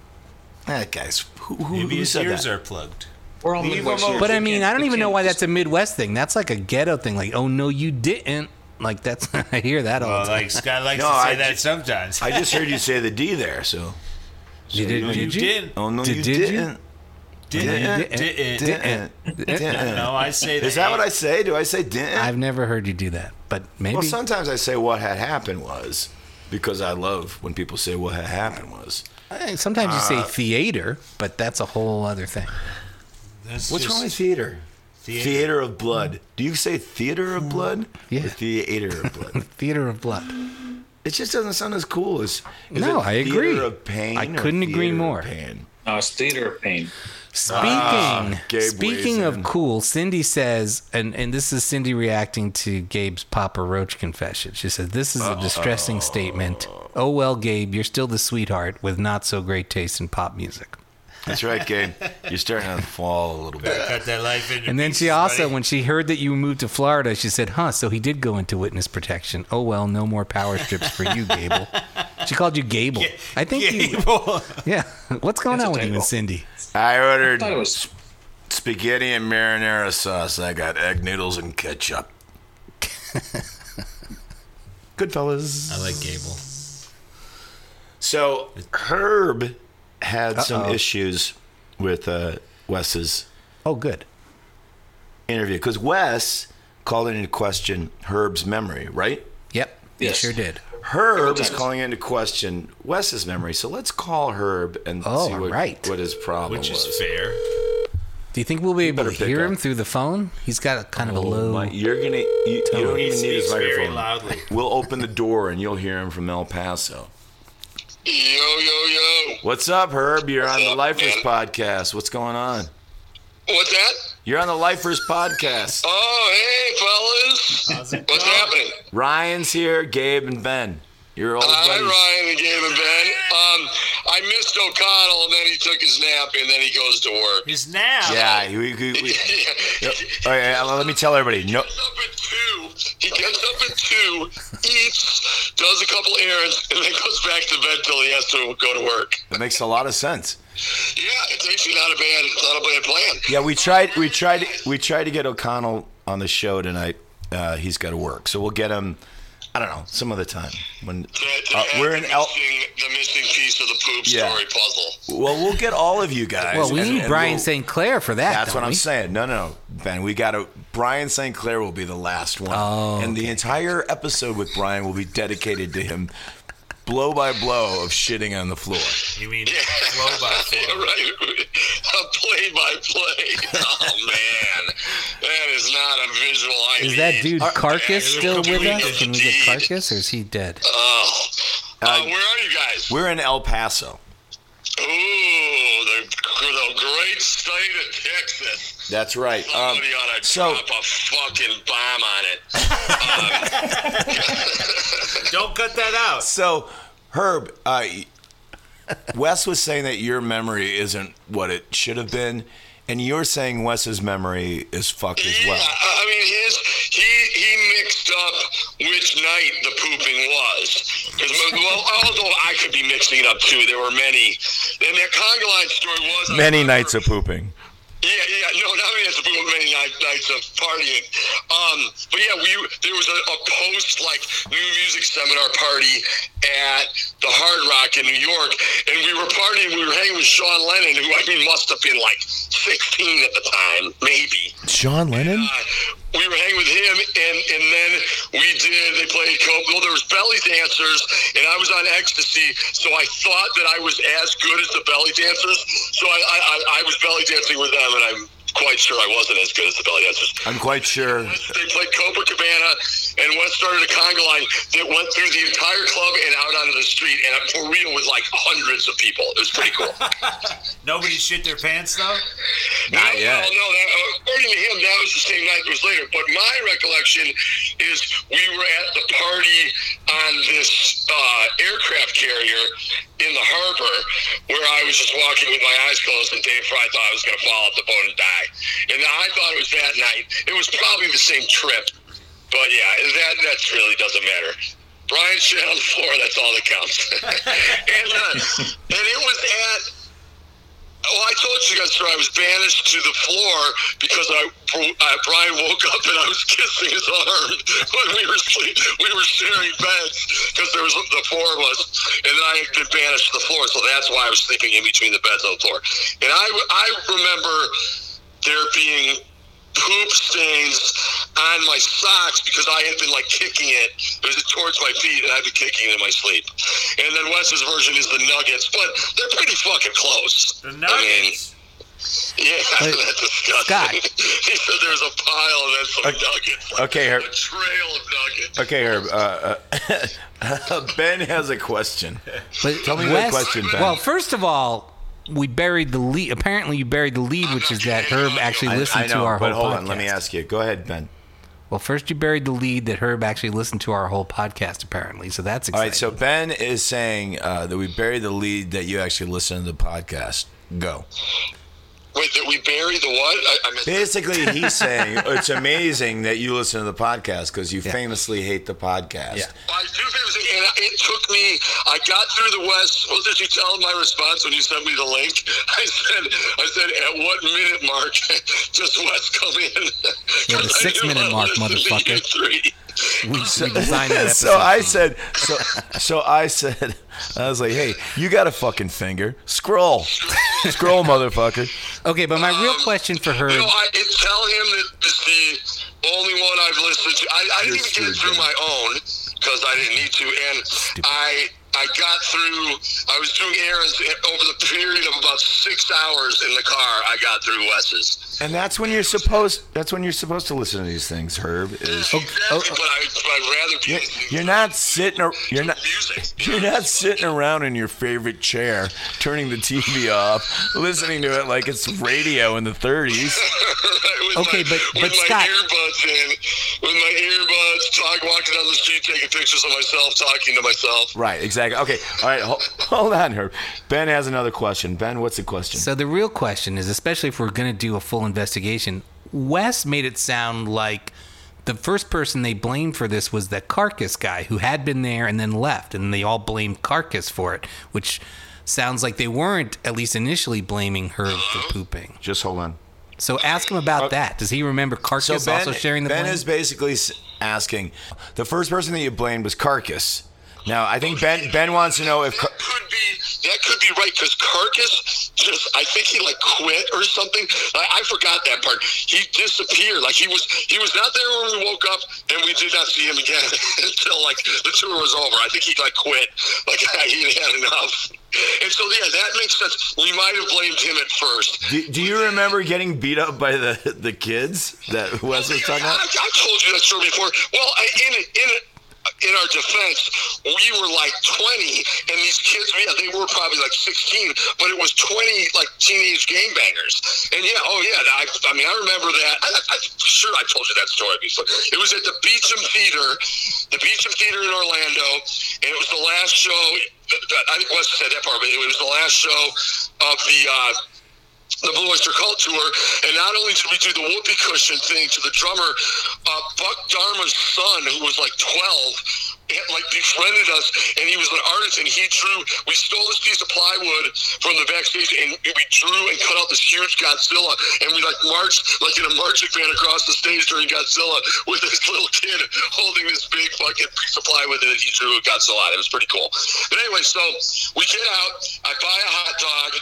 S10: That guys, who, who,
S12: maybe
S10: who
S12: his
S10: said
S12: ears
S10: that?
S12: are plugged.
S6: We're all Midwest here.
S5: But
S6: You
S5: I mean,
S6: can't-
S5: I don't
S6: you
S5: even know
S6: can't
S5: why
S6: just-
S5: that's a Midwest thing. That's like a ghetto thing. Like, oh no, you didn't. Like that's *laughs* I hear that all
S12: Well,
S5: the time.
S12: like
S10: *laughs*
S12: Scott likes
S10: Oh, No,
S12: to say
S10: I
S12: that
S10: ju-
S12: sometimes.
S10: *laughs* I just heard you say the D there, so.
S5: you did,
S12: you didn't.
S10: Oh no,
S5: Did-
S10: you
S5: did you?
S10: didn't.
S12: Didn't.
S5: Didn't.
S12: Didn't.
S10: Didn't. Didn't.
S12: No, I say that.
S10: Is that what I say? Do I say didn't?
S5: I've never heard you do that, but maybe.
S10: Well, sometimes I say what had happened was because I love when people say what had happened was.
S5: Eh, Sometimes you
S10: Uh,
S5: say theater, but that's a whole other thing.
S12: That's
S10: What's
S12: just
S10: wrong with theater?
S12: theater.
S10: Theater of blood. Do you say theater of blood?
S5: Mm. Yeah.
S10: Or theater of
S5: *laughs*
S10: blood.
S5: Theater of blood.
S10: it just doesn't sound as cool as. is
S5: No,
S10: it
S5: I agree.
S10: Theater of pain.
S5: I
S10: or
S5: couldn't agree
S10: theater of
S5: more.
S10: Pain?
S6: No, it's theater of pain.
S5: Speaking
S6: Ah,
S10: Gabe weighs
S5: speaking of
S10: in.
S5: cool, Cindy says, and, and this is Cindy reacting to Gabe's Papa Roach confession. She says, This is a distressing statement. Oh well, Gabe, you're still the sweetheart with not so great taste in pop music.
S10: That's right,
S5: *laughs*
S10: Gabe. You're starting to fall a little bit.
S12: Cut that life into
S5: And then she
S12: pieces,
S5: also,
S12: buddy.
S5: when she heard that you moved to Florida, she said, Huh, so he did go into witness protection. Oh well, no more power strips for you, Gable. She called you Gable. I think
S10: *laughs*
S5: you
S12: Gable.
S5: *laughs* Yeah. What's going
S6: That's
S5: on
S6: a
S5: with you and
S6: typo.
S5: Cindy?
S10: I
S6: I
S10: ordered
S6: thought it was
S10: spaghetti and marinara sauce. I got egg noodles and ketchup. Good fellas.
S12: I like Gable.
S10: So Herb had some issues with uh, Wes's
S5: Oh good.
S10: interview because Wes called into question Herb's memory, right?
S5: Yep.
S6: Yes.
S5: You sure did.
S10: Herb is
S6: times.
S10: calling into question Wes's memory, so let's call Herb and
S5: Oh,
S10: see what,
S5: right.
S10: what his problem
S12: Which
S10: was.
S12: is fair.
S5: Do you think we'll be able
S10: better
S5: to
S10: pick
S5: hear him
S10: up.
S5: through the phone? He's got a kind of a
S3: Oh,
S5: low.
S10: Oh My- you're gonna. You, you don't
S12: He
S10: even need his
S12: speaks very
S10: microphone.
S12: loudly.
S10: We'll open the door and you'll hear him from El Paso.
S8: Yo, yo, yo.
S10: What's up, Herb? You're on the
S8: up,
S10: Lifers
S8: man?
S10: podcast. What's going on?
S8: What's that?
S10: You're on the Lifers podcast.
S8: Oh, hey, fellas. What's happening?
S10: Ryan's here, Gabe and Ben. Your old
S8: Hi,
S10: buddies.
S8: Ryan and Gabe and Ben. Um, I missed O'Connell, and then he took his nap, and then he goes to work.
S12: He's now.
S10: Yeah,
S8: *laughs*
S10: *laughs* we, we, we. oh,
S8: Yeah.
S10: All right, uh, let me tell everybody. No,
S8: gets up at two. He gets up at two, eats, does a couple errands, and then goes back to bed till he has to go to work.
S10: that makes a lot of sense.
S8: Yeah, it's actually not a bad, it's not a bad plan.
S10: Yeah, we tried, we tried, we tried to get O'Connell on the show tonight. Uh, he's got to work, so we'll get him. I don't know, some other time when
S8: To- to
S10: uh,
S8: have
S10: we're
S8: the
S10: in El.
S8: missing, the missing piece of the poop
S10: Yeah.
S8: story puzzle.
S10: Well, we'll get all of you guys.
S5: well, we
S10: and-
S5: need
S10: and
S5: Brian
S10: we'll-
S5: St. Clair for that.
S10: That's what
S5: don't
S10: I'm
S5: we?
S10: saying. No, no, no, Ben. We got to. Brian St. Clair will be the last one,
S5: Oh,
S10: and the entire episode with Brian will be dedicated to him, blow by blow of shitting on the floor.
S12: You mean *laughs* blow
S8: *laughs*
S12: by
S8: Yeah,
S12: blow.
S8: right. A play by play. Oh man, that is not a visual idea.
S5: Is that dude Carcass
S8: yeah,
S5: still
S8: we
S5: with
S8: need
S5: us?
S8: to
S5: Can we get
S8: indeed.
S5: Carcass, or is he dead?
S8: Oh. Uh, where are you guys?
S10: We're in El Paso.
S8: Ooh, the, the great state of Texas.
S10: That's right. Um,
S8: Somebody ought to
S10: so
S8: drop a fucking bomb on it.
S12: Don't cut that out.
S10: So, Herb, uh, Wes was saying that your memory isn't what it should have been, and you're saying Wes's memory is fucked as well.
S8: Yeah, I I mean, his he he mixed up which night the pooping was. 'Cause mo- well, although I could be mixing it up too, there were many. And that conga line story was I
S10: Many
S8: remember-
S10: nights of pooping.
S8: Yeah, yeah, no, not many nights of pooping, many night, nights of partying. Um, but yeah, we there was a, a post like new music seminar party at the Hard Rock in New York, and we were partying. We were hanging with Sean Lennon, who I mean must have been like 16 at the time, maybe.
S10: Sean Lennon?
S8: Uh, we were hanging with him, and, and then we did. They played Coke. Well, there was belly dancers, and I was on ecstasy, so I thought that I was as good as the belly dancers. So I I, I, I was belly dancing with them, and I quite sure I wasn't as good as the belly dancers.
S3: I'm quite sure.
S8: They played Cobra Cabana and West started a conga line that went through the entire club and out onto the street and for real with like hundreds of people. It was pretty cool.
S7: Nobody shit their pants though.
S8: Not yet. Well, no, that, uh, according to him, that was the same night. It was later. But my recollection is we were at the party on this uh, aircraft carrier in the harbor where I was just walking with my eyes closed, and Dave Fry thought I was going to fall off the boat and die. And I thought it was that night. It was probably the same trip. But yeah, that that really doesn't matter. Brian shit on the floor. That's all that counts. *laughs* and uh, and it was at. Oh, I told you guys sir, I was banished to the floor because I, I Brian woke up and I was kissing his arm *laughs* when we were sleep, we were sharing beds because there was the four of us, and then I had been banished to the floor, so that's why I was sleeping in between the beds on the floor. And I I remember there being poop stains on my socks because I had been like kicking it. It was towards my feet, and I'd be kicking it in my sleep. And then Wes's version is the Nuggets, but they're pretty fucking close.
S7: The Nuggets.
S8: I mean, yeah,
S5: Wait,
S8: that's disgusting.
S5: Scott.
S8: he said there's a pile and then some
S3: Okay,
S8: nuggets.
S3: okay, Herb.
S8: A trail of nuggets.
S3: Okay, Herb. Uh, uh, *laughs* ben has a question.
S5: But
S3: Tell me the
S5: Wes-
S3: question, Ben.
S5: Well, first of all, we buried the lead. Apparently, you buried the lead, which is that Herb actually
S3: I-
S5: listened
S3: I know,
S5: to our
S3: but
S5: whole
S3: hold
S5: podcast.
S3: on. Let me ask you. Go ahead, Ben.
S5: Well, first you buried the lead that Herb actually listened to our whole podcast. Apparently, so that's
S3: All
S5: exciting.
S3: right. So Ben is saying uh, that we bury the lead that you actually listen to the podcast. Go.
S8: Wait, did we bury the what? I, I missed that.
S3: Basically, he's saying it's amazing that you listen to the podcast because you
S5: Yeah.
S3: famously hate the podcast.
S5: Yeah.
S8: I do famous, and it took me. I got through the West. What did you tell my response when you sent me the link? *laughs* I said, I said, at what minute mark *laughs* does West come in?
S5: Yeah, the
S8: *laughs* 'Cause I
S5: six
S8: knew
S5: minute
S8: I
S5: mark,
S8: listened to you
S5: motherfucker.
S8: three.
S5: we, we designed that
S3: *laughs* so I
S5: episode.
S3: said, so, so I said, I was like, hey, you got a fucking finger. Scroll. Scroll, motherfucker.
S5: okay, but my real question for
S8: Um, You
S5: Herb.
S8: know, I it, tell him that it's the only one I've listened to. I, I didn't even get it through my own because I didn't need to, and I I got through. I was doing errands over the period of about six hours in the car. I got through Wes's.
S3: And that's when you're supposed. That's when you're supposed to listen to these things. Herb is.
S8: Exactly, but I, I'd rather be.
S3: You're, you're not sitting. ar- You're not.
S8: Music. *laughs*
S3: You're not sitting around in your favorite chair, turning the TV off, listening to it like it's radio in the 30s.
S8: With
S5: Okay,
S8: my,
S5: but- but
S8: with
S5: Scott-
S8: my earbuds in, with my earbuds, talk, walking down the street, taking pictures of myself, talking to myself.
S3: Right, exactly. Okay, all right. Hold, hold on, Herb. Ben has another question. Ben, what's the question?
S5: So the real question is, especially if we're going to do a full investigation, Wes made it sound like the first person they blamed for this was the carcass guy who had been there and then left, and they all blamed carcass for it, which sounds like they weren't at least initially blaming her for pooping.
S3: Just hold on.
S5: So ask him about that. Does he remember
S3: So
S5: carcass
S3: Ben,
S5: also sharing the
S3: ben
S5: blame?
S3: is basically s- asking. The first person that you blamed was Carcass. Now, I think Ben Ben wants to know if. Car-
S8: That could be that could be right because Carcass just I think he like quit or something. I, I forgot that part. He disappeared. Like he was he was not there when we woke up and we did not see him again *laughs* until like the tour was over. I think he like quit. Like *laughs* he had enough. And so yeah, that makes sense. We might have blamed him at first.
S3: do, do you remember getting beat up by the the kids that Wes was talking
S8: I,
S3: about?
S8: I told you that story before. Well, I, in it, in it. In our defense, we were like 20, and these kids, yeah, they were probably like 16, but it was 20 like teenage gangbangers. And yeah, oh yeah, I, I mean, I remember that. I, I, I'm sure I told you that story before. It was at the Beecham Theater, the Beecham Theater in Orlando, and it was the last show. I think Wes said that part, but it was the last show of the. Uh, the Blue Oyster Cult tour, and not only did we do the whoopee cushion thing to the drummer, uh, Buck Dharma's son, who was like 12, had, like befriended us, and he was an artist, and he drew. We stole this piece of plywood from the backstage, and we drew and cut out this huge Godzilla, and we like marched like in a marching band across the stage during Godzilla with this little kid holding this big fucking piece of plywood that he drew with Godzilla. on It It was pretty cool. But anyway, so we get out. I buy a hot dog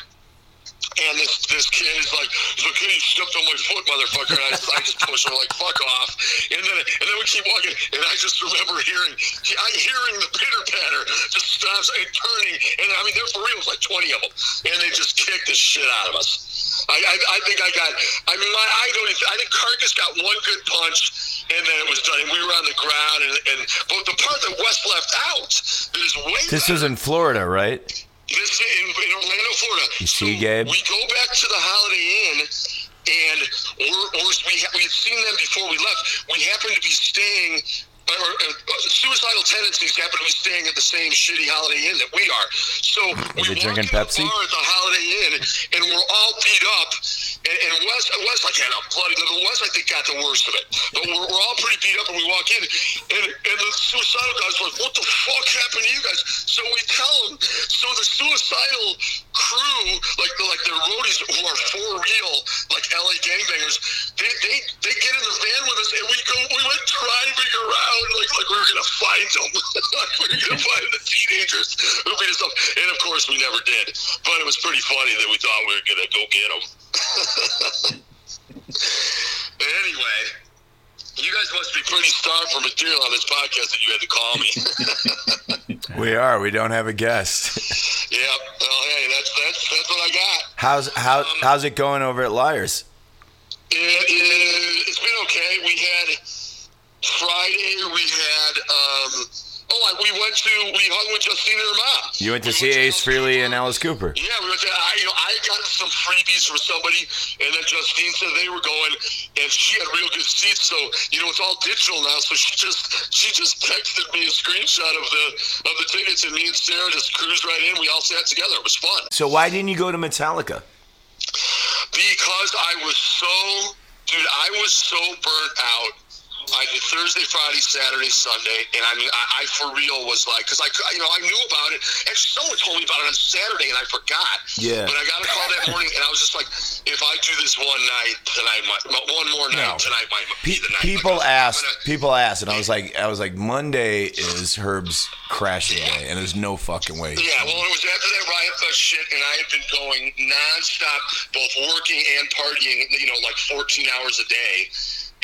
S8: and this this kid is like, he's like, hey, you stepped on my foot, motherfucker. And I, I just push him like, fuck off. And then and then we keep walking, and I just remember hearing, I hearing the pitter patter just stops and turning, and I mean they're for real, it was like twenty of them, and they just kicked the shit out of us. I, I, I think I got. I mean, my, I don't. I think Carcass got one good punch, and then it was done. And we were on the ground, and, and but the part that West left out that is way.
S10: This
S8: better-
S10: was in Florida, right?
S8: this is in, in Orlando, Florida.
S10: You see, Gabe?
S8: We go back to the Holiday Inn, and we're, we're, we ha- we had seen them before we left. We happened to be staying. Or, uh, suicidal tendencies happen to be staying at the same shitty Holiday Inn that we are. So we
S10: they
S8: walk
S10: drinking
S8: in the
S10: Pepsi?
S8: bar at the Holiday Inn, and we're all beat up. And, and uh, Wes, Wes, like had a bloody little. Wes, I think, got the worst of it. But we're, we're all pretty beat up, and we walk in, and, and the suicidal guys were like, "What the fuck happened to you guys?" So we tell them. So the suicidal crew, like the like the roadies who are for real, like LA gangbangers, they, they they get in the van with us, and we go. We went driving around like like we were gonna find them. *laughs* like we were gonna find the teenagers who beat us up, and of course we never did. But it was pretty funny that we thought we were gonna go get them. *laughs* anyway, you guys must be pretty starved for material on this podcast that you had to call me. *laughs*
S10: We are. We don't have a guest.
S8: yeah. Well, hey, that's that's that's what I got.
S10: How's how how's it going over at Liars?
S8: It, it, it's been okay. We had Friday. We had. um Oh, I, we went to we hung with Justina and her mom.
S10: You went to see
S8: We
S10: Ace
S8: Alice
S10: Freely
S8: Cooper.
S10: and Alice Cooper.
S8: Yeah, we went to, I, you know, I got some freebies from somebody, and then Justine said they were going, and she had real good seats. So you know, it's all digital now. So she just she just texted me a screenshot of the of the tickets, and me and Sarah just cruised right in. We all sat together. It was fun
S10: So why didn't you go to Metallica?
S8: because I was so dude, I was so burnt out. I did Thursday, Friday, Saturday, Sunday, and I mean, I, I for real was like, because I, cou- you know, I knew about it, and someone told me about it on Saturday, and I forgot.
S10: Yeah.
S8: But I got a call that morning, and I was just like, if I do this one night, tonight might, one more night,
S10: No.
S8: tonight might
S10: Pe-
S8: be the night.
S10: people
S8: Like, I'm
S10: asked.
S8: gonna-
S10: People asked, and I was like, I was like, Monday is Herb's crashing day, and there's no fucking way.
S8: Yeah, well, it was after that riot fest shit, and I had been going nonstop, both working and partying. You know, like fourteen hours a day,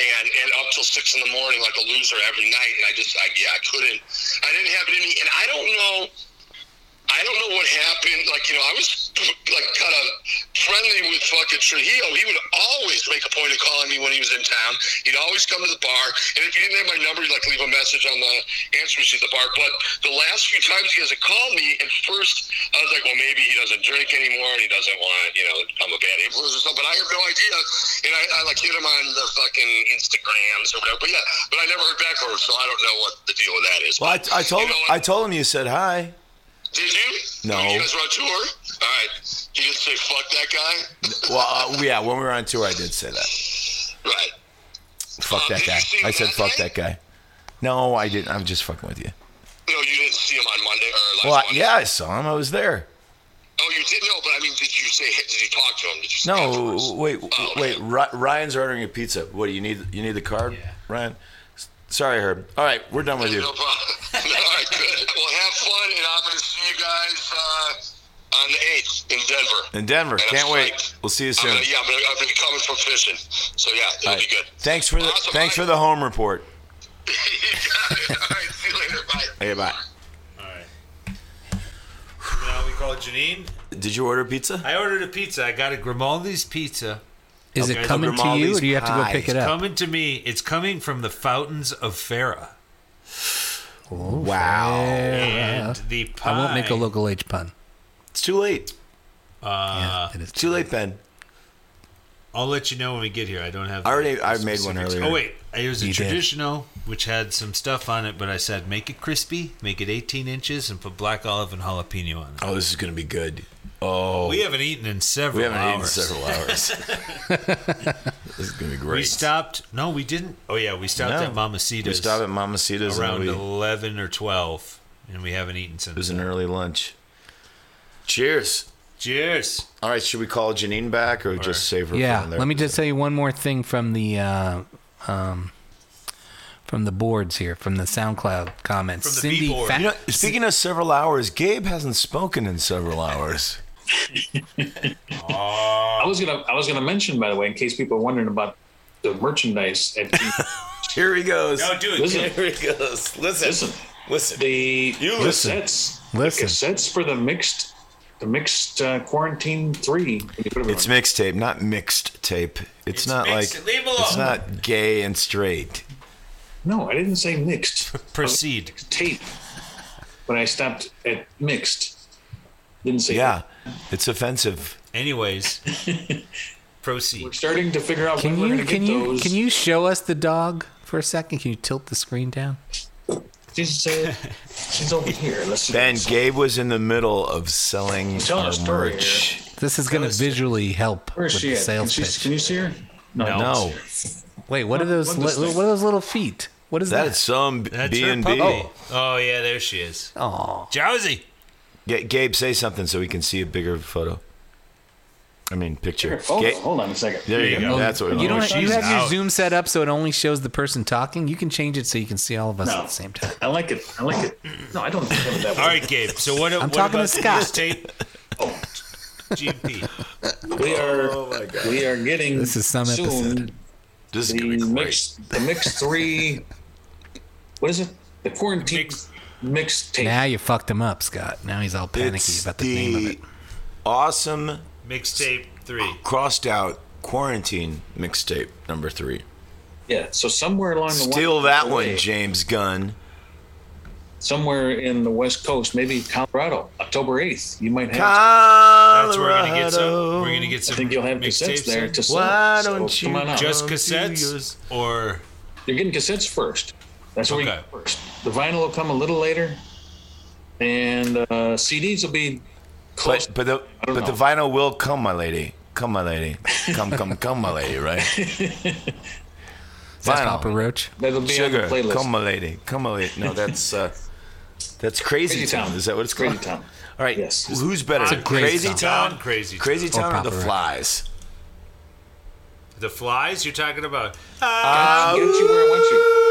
S8: and and up till six in the morning, like a loser every night. And I just, I, yeah, I couldn't. I didn't have it in me, and I don't know. I don't know what happened. Like, you know, I was like kind of friendly with fucking Trujillo. He would always make a point of calling me when he was in town. He'd always come to the bar, and if he didn't have my number, he'd like leave a message on the answer machine at the bar. But the last few times he hasn't called me, at first I was like, well, maybe he doesn't drink anymore and he doesn't want, you know, I'm a bad influence or something. But I have no idea, and I, I like hit him on the fucking Instagrams or whatever. But yeah, but I never heard back from him, so I don't know what the deal with that is.
S10: Well, I, I
S8: But,
S10: told
S8: you know,
S10: I told him you said hi.
S8: did you?
S10: No.
S8: You guys were on tour? All right. You didn't say fuck that guy?
S10: Well, uh, yeah, when we were on tour, I did say that.
S8: right. Uh,
S10: Fuck that guy. I said fuck that guy. No, I didn't. I'm just fucking with you.
S8: No, you didn't see him on Monday or last
S10: Well, I,
S8: Monday.
S10: yeah, I saw him. I was there.
S8: Oh, you did? No, but I mean, did you say, did you talk to him? Did you say
S10: No,
S8: afterwards?
S10: wait,
S8: Oh, okay.
S10: wait. Ry- Ryan's ordering a pizza. What do you need? You need the card, Ryan. S- Sorry, Herb. All right, we're done with you.
S8: No problem. *laughs* All right, good. Well, have fun, and I'm going to see you guys uh, on the 8th in Denver.
S10: In Denver,
S8: And I'm
S10: can't wait.
S8: psyched.
S10: We'll see you
S8: I'm
S10: soon.
S8: gonna, yeah, I'm going to be coming from fishing. So, yeah, it'll
S10: All right.
S8: be good.
S10: Thanks for the
S8: Awesome,
S10: thanks
S8: bye.
S10: for the home report.
S8: *laughs* You got it. All right, see you later. Bye.
S10: Hey, bye.
S3: All right. Now we call Janine.
S10: Did you order pizza?
S3: I ordered a pizza. I got a Grimaldi's pizza.
S5: Is
S3: Okay,
S5: it
S3: so
S5: coming to you,
S10: Grimaldi's
S5: or do you have to go
S10: pie
S5: pick
S10: is
S5: it up?
S3: Coming to me. It's coming from the fountains of Farah.
S10: Wow,
S3: And the pie.
S5: I won't make a local H pun.
S10: it's too late.
S5: yeah, it is.
S10: Too late, Ben.
S3: I'll let you know when we get here. I don't have.
S10: I already-
S3: the
S10: I made one
S3: specifics.
S10: earlier.
S3: Oh wait, it was a
S5: You did.
S3: traditional which had some stuff on it, but I said make it crispy, make it 18 inches, and put black olive and jalapeno on it.
S10: Oh, this is gonna be good. Oh,
S3: We haven't eaten in several
S10: we haven't
S3: hours.
S10: eaten in several hours. *laughs* this is gonna be great.
S3: We stopped. No, we didn't. Oh yeah, we stopped
S10: No.
S3: at Mamacita's.
S10: We stopped at Mamacita's
S3: around
S10: and we, it
S3: 11 or 12, and we haven't eaten since.
S10: was an early lunch. Cheers.
S3: Cheers.
S10: All right, should we call Janine back or just save her?
S5: Yeah,
S10: from there?
S5: let me just tell you one more thing from the uh, um, from the boards here, from the SoundCloud comments.
S3: From the B-board.
S5: Fa-
S10: You know, speaking of several hours, Gabe hasn't spoken in several hours.
S6: I was gonna I was gonna mention by the way, in case people are wondering about the merchandise at
S10: Here he goes.
S3: No, do it.
S6: Listen.
S10: Here he goes. Listen,
S6: listen
S10: listen.
S6: the
S10: You
S6: cassettes
S5: listen.
S6: the cassettes for the mixed the mixed uh, quarantine three.
S10: It's mixtape, not mixed tape. It's,
S3: It's
S10: not
S3: mixed.
S10: like
S3: Leave alone.
S10: it's not gay and straight.
S6: No, I didn't say mixed
S3: Proceed.
S6: tape, but I stopped at mixed. Didn't say
S10: Yeah, it's offensive.
S3: *laughs* Anyways,
S6: We're
S3: proceed.
S6: starting to figure out
S5: Can
S6: when we're
S5: you
S6: going to
S5: can
S6: get
S5: you
S6: those.
S5: can you show us the dog for a second? Can you tilt the screen down?
S6: She's, uh, she's over here. Let's see.
S10: Ben Gabe was in the middle of selling
S6: Tell
S10: our
S6: a story
S10: merch.
S5: This is going to visually help
S6: Where
S5: with
S6: is she
S5: the
S6: at? Can,
S5: sales
S6: she,
S5: pitch.
S6: can you see her?
S3: No.
S10: No,
S5: Wait, what are those?
S6: What
S5: Li-
S6: is this?
S5: what are those little feet? What is
S10: that's some
S3: That's
S10: B and
S3: her puppy.
S10: B.
S3: Oh. yeah, there she is.
S5: that? Oh,
S3: Jousy.
S10: Gabe, say something so we can see a bigger photo. I mean, picture.
S6: Oh,
S10: Ga-
S6: hold on a second. Oh,
S10: there you go.
S3: go.
S10: That's what we
S5: you
S10: want.
S5: don't.
S3: she's
S5: you have your
S3: out.
S5: Zoom set up so it only shows the person talking. You can change it so you can see all of us
S6: No.
S5: at the same time.
S6: I like it. I like it. No, I don't think of it that way.
S3: All right, Gabe. So what?
S5: I'm
S3: what
S5: talking to Scott.
S3: about the mixtape?
S6: Oh,
S3: GMP.
S6: we are
S10: Oh,
S6: we are getting
S5: This is some
S6: soon
S5: episode.
S10: This is
S6: the
S10: gonna be great.
S6: mix the mix three. what is it? The quarantine mix, tape.
S5: Now you fucked him up, Scott. Now he's all panicky
S10: It's
S5: about the, name of
S10: the
S5: it.
S10: awesome
S3: Mixtape three.
S10: crossed out quarantine mixtape number three.
S6: Yeah. So somewhere along the
S10: Steal
S6: wi-
S10: that
S6: the way,
S10: one, James Gunn.
S6: Somewhere in the West Coast, maybe Colorado, October eighth. You might have.
S10: Colorado.
S3: That's where we're gonna get some. We're gonna get
S6: I
S3: some
S6: think you'll have
S3: mixtapes
S6: cassettes there
S3: soon.
S6: to sell.
S10: Why
S6: So
S10: don't you
S6: come on out.
S3: Just
S10: Um,
S3: cassettes
S10: yours.
S3: or
S6: You're getting cassettes first. That's what we
S3: Okay.
S6: get first. The vinyl will come a little later, and uh, CDs will be close.
S10: But but the but
S6: don't
S10: the
S6: know.
S10: vinyl will come, my lady. Come, my lady. Come, come, come, my lady. Right?
S5: That's
S10: Vinyl.
S5: Papa Roach.
S6: That'll be
S10: Sugar.
S6: on the playlist.
S10: Come, my lady. Come, my lady. No, that's uh, that's crazy,
S6: Crazy
S10: town.
S6: Town.
S10: Is that what it's called?
S6: Crazy Town.
S10: All right.
S6: Yes.
S10: Who's better?
S3: It's a great
S10: crazy
S5: song.
S10: town.
S3: Town, Crazy Town.
S10: Crazy
S5: Or
S10: town or, the
S5: Papa Roach.
S10: flies?
S3: the flies? You're talking about?
S6: I'll get you where I want you.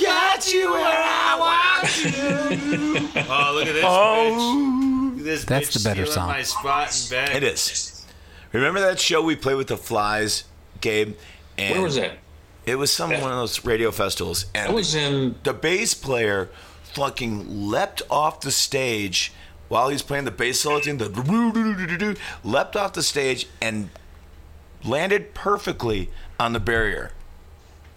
S10: Got you where I want you.
S3: Oh, look at this bitch. Look at This
S5: That's
S3: bitch
S5: the better
S3: stealing
S5: song.
S3: My spot in bed.
S10: It is. Remember that show we played with the flies, Gabe? And
S6: Where was that?
S10: It was some one of those radio festivals, and
S6: That was in
S10: the bass player fucking leapt off the stage while he was playing the bass solo thing. The doo-doo-doo-doo-doo, leapt off the stage and landed perfectly on the barrier,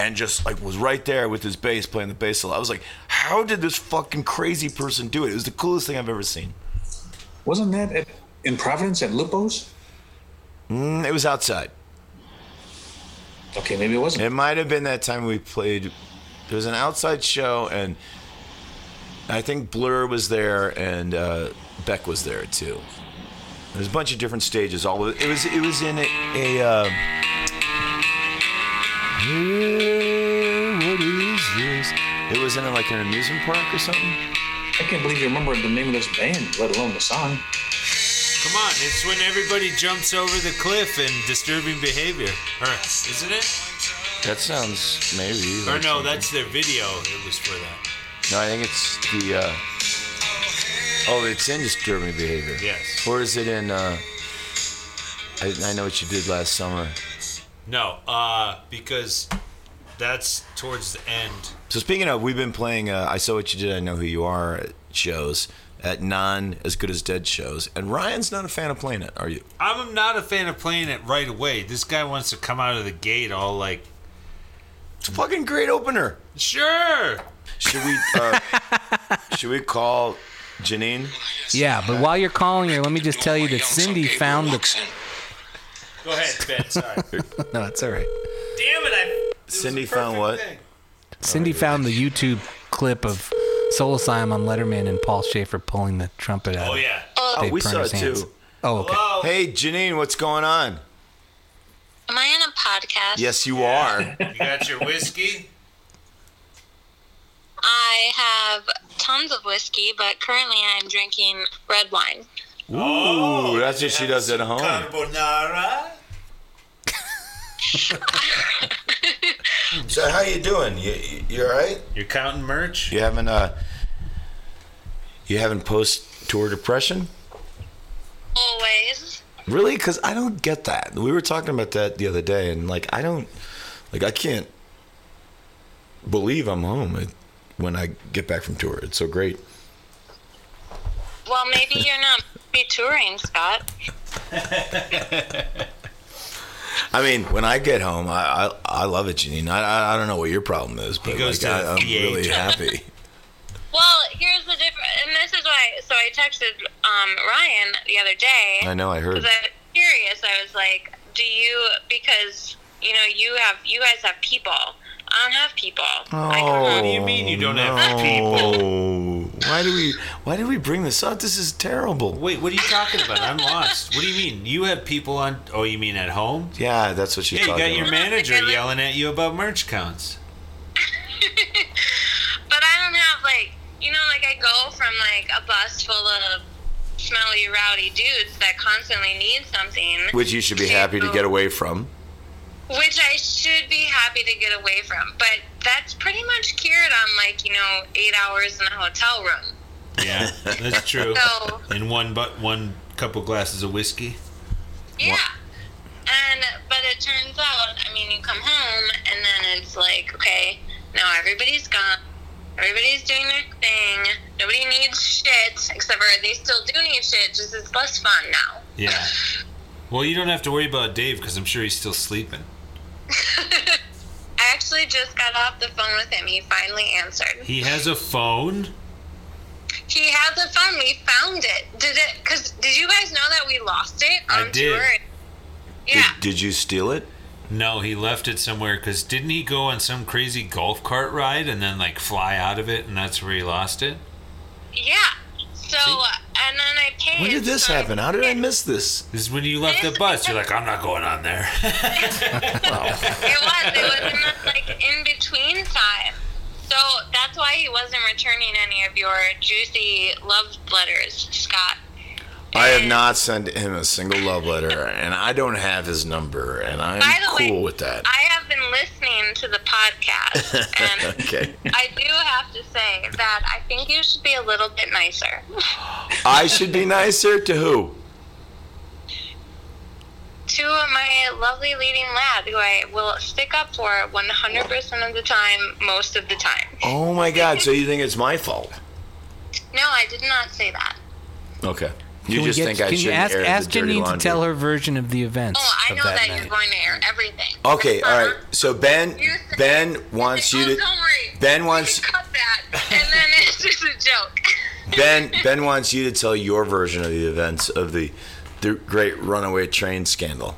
S10: and just like was right there with his bass playing the bass solo. I was like, how did this fucking crazy person do it? It was the coolest thing I've ever seen.
S6: wasn't that at, in Providence at Lupo's?
S10: Mm, It was outside.
S6: Okay, maybe it wasn't.
S10: It might have been that time we played. There was an outside show, and I think Blur was there, and uh, Beck was there too. There's a bunch of different stages. All of it, it was it was in a. a uh, Yeah, what is this? It was in a, like an amusement park or something.
S6: I can't believe you remember the name of this band, let alone the song.
S3: Come on, it's when everybody jumps over the cliff and disturbing behavior. Or isn't it?
S10: That sounds maybe.
S3: Or
S10: like
S3: no,
S10: something.
S3: that's their video. It was for that.
S10: no. I think it's the. Uh, oh, it's in disturbing behavior.
S3: Yes.
S10: Or is it in? Uh, I, I know what you did last summer.
S3: No, uh, because that's towards the end.
S10: So speaking of, we've been playing. Uh, I saw what you did. I know who you are. Shows at non as good as dead shows, and Ryan's not a fan of playing it. Are you?
S3: I'm not a fan of playing it right away. This guy wants to come out of the gate all like,
S10: It's a fucking great opener.
S3: sure.
S10: Should we?
S3: *laughs*
S10: Uh, should we call Janine?
S5: Yeah, but while you're calling her, let me just tell you that Cindy found the.
S3: Go ahead, Ben. Sorry. *laughs* Damn
S5: *laughs*
S3: it,
S5: No, it's all right.
S3: I. it was
S10: Cindy
S3: the
S10: found
S3: perfect
S10: what?
S3: thing.
S5: Cindy found the YouTube clip of Soul Asylum on Letterman and Paul Schaefer pulling the trumpet out.
S3: Oh yeah.
S10: Oh, we saw it too.
S5: Oh, okay.
S3: Hello.
S10: Hey, Janine, what's going on?
S11: Am I on a podcast?
S10: Yes, you are.
S3: You got your whiskey?
S11: I have tons of whiskey, but currently I'm drinking red wine.
S10: Ooh, that's what she does at home.
S3: Carbonara.
S10: So how you doing? You you all right?
S3: You're counting merch.
S10: You having uh, you having post tour depression?
S11: Always.
S10: Really? Because I don't get that. We were talking about that the other day, and like I don't, like I can't believe I'm home it- when I get back from tour. It's so great.
S8: Well, maybe you're not be touring, Scott.
S10: I mean, when I get home, I I, I love it, Janine. I, I I don't know what your problem is, but
S5: goes
S10: like,
S5: to
S10: I, I'm
S5: PH.
S10: really happy.
S8: Well, here's the difference, and this is why. So I texted um, Ryan the other day.
S10: I know. I heard.
S8: Because I was curious. I was like, "Do you?" Because you know, you have you guys have people. I don't have people. I
S5: What
S8: don't
S5: do
S8: have,
S5: you mean you don't have people?
S10: Oh, why do we why do we bring this up? This is terrible.
S5: Wait, what are you talking about? I'm lost. What do you mean? You have people on? Oh, you mean at home?
S10: Yeah, that's what she's
S5: Yeah, you
S10: talking
S5: got your
S10: about.
S5: manager yelling at you about merch counts.
S8: but I don't have like you know, like I go from like a bus full of smelly, rowdy dudes that constantly need something,
S10: Which you should be happy
S5: uh,
S10: to get away from.
S8: which I should be happy to get away from. But that's pretty much cured on like you know eight hours in a hotel room.
S5: Yeah, that's true.
S8: So.
S5: And one but one couple glasses of whiskey.
S8: Yeah. And but it turns out, I mean, you come home and then it's like, okay, now everybody's gone. Everybody's doing their thing. Nobody needs shit, except for they still do need shit. Just it's less fun now.
S5: Yeah. Well, you don't have to worry about Dave because I'm sure he's still sleeping.
S8: I actually just got off the phone with him. He finally answered.
S5: He has a phone.
S8: He has a phone. We found it. Did it? Cause did you guys know that we lost it
S5: I
S8: on
S5: did.
S8: tour? Yeah.
S10: Did, did you steal it?
S5: No, he left it somewhere because didn't he go on some crazy golf cart ride and then like fly out of it and that's where he lost it?
S8: yeah. So and then I paid.
S10: When did this
S8: so-
S10: happen? How did I miss this?
S5: This is when you left the bus. You're like, I'm not going on there.
S8: It was. It was in the, like in between time. So that's why he wasn't returning any of your juicy love letters, Scott.
S10: I have not sent him a single love letter, and I don't have his number, and I'm
S8: By the
S10: cool
S8: way,
S10: with that.
S8: I have been listening to the podcast, and
S10: Okay.
S8: I do have to say that I think you should be a little bit nicer.
S10: I should be nicer to who?
S8: to my lovely leading lad, who I will stick up for 100% of the time, most of the time.
S10: Oh my God! So you think it's my fault?
S8: No, I did not say that.
S10: Okay. You
S3: Can we
S10: just
S3: get-
S10: think I
S3: can you
S10: should
S3: ask,
S10: air
S3: ask
S10: the dirty
S3: Janine to
S10: laundry.
S3: tell her version of the events
S8: Oh, I
S3: of
S8: know
S3: that,
S8: that,
S3: night.
S8: you're going to air everything.
S10: Okay. All right.
S8: Uh-huh.
S10: So Ben,
S8: You said-
S10: Ben
S8: you said,
S10: wants you
S8: "Oh,
S10: to.
S8: Don't worry.
S10: Ben
S8: We
S10: wants
S8: can cut that, and then it's *laughs* just a joke.
S10: Ben. Ben wants you to tell your version of the events of the, the great runaway train scandal.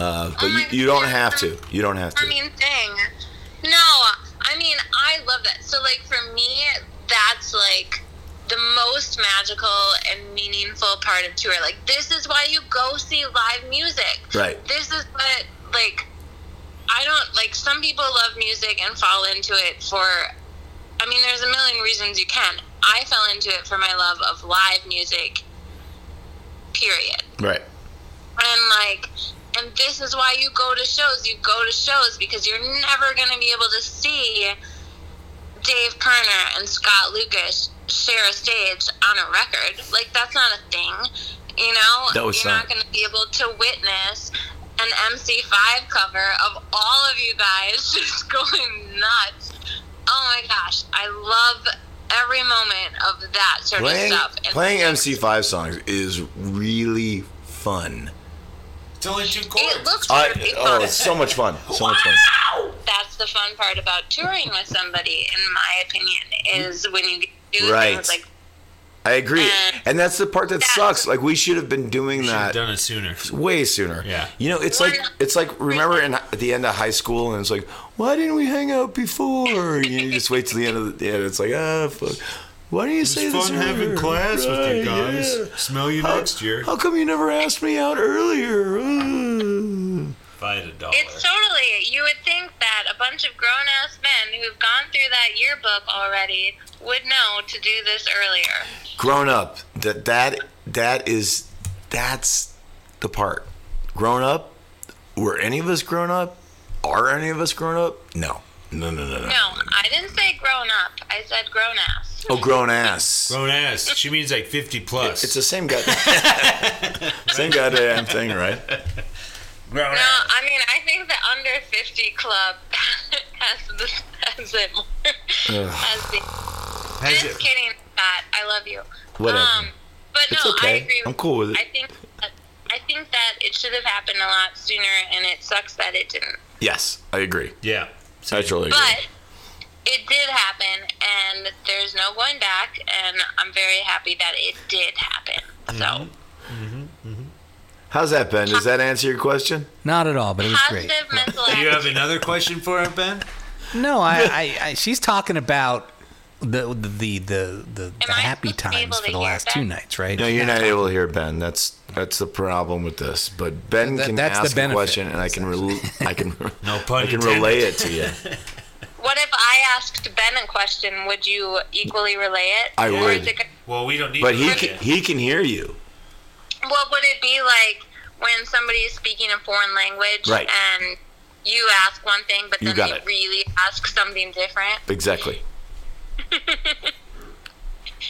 S10: Uh, but
S8: Oh
S10: you,
S8: my
S10: you don't
S8: God.
S10: have to. You don't have to.
S8: I mean, thing. No, I mean, I love that. So, like, for me, that's like the most magical and meaningful part of tour. Like, this is why you go see live music.
S10: Right.
S8: This is what, like, I don't, like, some people love music and fall into it for, I mean, there's a million reasons you can. I fell into it for my love of live music, period
S10: right.
S8: and like and this is why you go to shows you go to shows because you're never going to be able to see dave kerner and scott lucas share a stage on a record like that's not a thing you know
S10: That was
S8: you're
S10: not-
S8: not going to be able to witness an mc5 cover of all of you guys *laughs* just going nuts oh my gosh i love every moment of that sort
S10: Playing
S8: of stuff And-
S10: playing MC5 songs is really fun.
S5: it's only two
S8: it looks
S10: I,
S8: really
S10: oh,
S8: fun.
S10: it's so much fun. So much
S8: *laughs*
S10: fun.
S8: that's the fun part about touring with somebody, in my opinion, is when you do
S10: Right.
S8: things like
S10: I agree.
S8: And-
S10: And that's the part that
S8: Yeah.
S10: sucks. Like we should have been doing
S5: Should
S10: that
S5: have done it sooner.
S10: way sooner.
S5: Yeah.
S10: You know, it's
S8: We're
S10: like
S8: not-
S10: it's like remember in at the end of high school and it's like, why didn't we hang out before? You, know, you just wait till the end of the yeah, it's like, ah fuck. Why do you say
S5: It's
S10: this
S5: fun having
S10: earlier?
S5: class with you
S10: Right,
S5: guys.
S10: yeah.
S5: Smell you
S10: How-
S5: next year.
S10: How come you never asked me out earlier? Uh.
S5: If I had a dollar.
S8: it's totally. You would think that a bunch of grown ass men who've gone through that yearbook already would know to do this earlier.
S10: grown up that that that is that's the part grown up were any of us grown up are any of us grown up no no no no no,
S8: No, I didn't say grown up. I said grown ass.
S10: oh grown ass
S5: Grown ass. She means like 50 plus.
S10: it's the same guy *laughs* same goddamn thing right
S5: grown
S8: No, I mean I think the under fifty club has the has it more. Has the,
S5: Has
S8: just
S5: it-
S8: kidding, Scott. I love you.
S10: Whatever.
S8: Um,
S11: But
S3: It's
S11: no, I
S3: okay.
S11: agree.
S3: I'm
S11: with
S3: cool
S11: you.
S3: with it.
S11: I think that, I think that it should have happened a lot sooner, and it sucks that it didn't.
S10: Yes, I agree.
S7: Yeah.
S10: I totally agree.
S11: But it did happen, and there's no going back. And I'm very happy that it did happen. So
S10: How's that, Ben? Does that answer your question?
S5: Not at all, but it was great.
S11: positive mental
S7: Do you have
S11: attitude.
S7: another question for him, Ben?
S5: No, I, I, I she's talking about the the the the, the, the
S11: I
S5: happy
S11: supposed to be able
S5: times for
S11: to
S5: the
S11: hear
S5: last
S11: that?
S5: two nights, right?
S10: No, you're not able to hear Ben. That's that's the problem with this. But Ben
S5: That-
S10: can
S5: that's the
S10: ask a
S5: benefit.
S10: question, and I can rel- I *laughs* can
S7: No pun
S10: I can
S7: intended.
S10: relay it to you.
S11: What if I asked Ben a question? Would you equally relay it? Or
S10: I
S11: is
S10: would,
S11: it gonna-
S7: Well, we don't need
S10: but
S7: to
S10: he
S7: look
S10: can,
S7: at-
S10: he can hear you.
S11: What would it be like when somebody is speaking a foreign language
S10: Right.
S11: and you ask one thing, but
S10: You
S11: then
S10: got
S11: they
S10: it.
S11: really ask something different?
S10: *laughs* Exactly.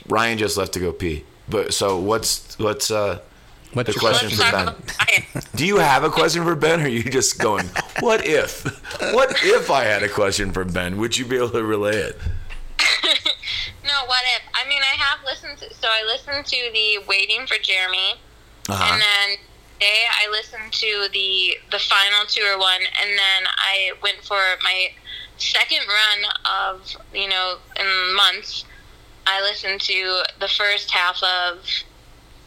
S10: Ryan just left to go pee. But so what's what's uh
S5: What's
S10: the
S5: your
S10: question
S5: question?
S11: Let's
S10: for
S11: talk
S10: Ben.
S11: about science.
S10: do you have a question for Ben or are you just going, What if? What if I had a question for Ben? Would you be able to relay it?
S11: no, what if? I mean, I have listened to, so I listened to the Waiting for Jeremy, and then today I listened to the the final tour one, and then I went for my second run of you know in months. I listened to the first half of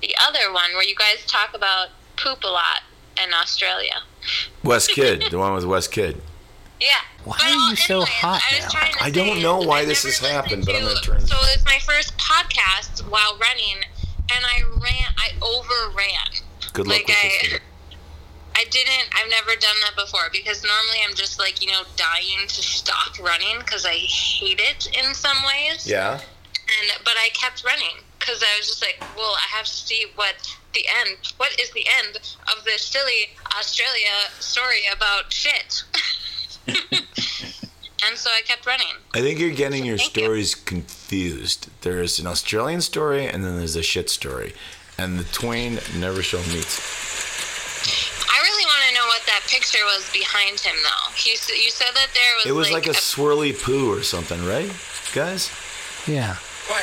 S11: the other one where you guys talk about poop a lot in Australia.
S10: West Kid, the one with West Kid.
S11: Yeah.
S5: Why are you so hot
S11: I was
S5: now?
S11: trying to
S10: I don't
S11: say,
S10: know why
S11: I've
S10: this
S11: never
S10: has
S11: listened
S10: happened, but I'm gonna
S11: to-
S10: turn it
S11: So it was my first podcast while running, and I ran. I overran.
S10: Good luck
S11: Like
S10: with
S11: I-
S10: this.
S11: I didn't. I've never done that before because normally I'm just like you know dying to stop running because I hate it in some ways.
S10: Yeah.
S11: And but I kept running because I was just like, well, I have to see what the end. What is the end of this silly Australia story about shit? *laughs* and so I kept running.
S10: I think you're getting your
S11: Thank you.
S10: stories confused. There's an Australian story and then there's a shit story. And the twain never shall meet.
S11: I really want to know what that picture was behind him though. He s- you said that there was.
S10: It was like a swirly poo or something, right? Guys?
S5: Yeah,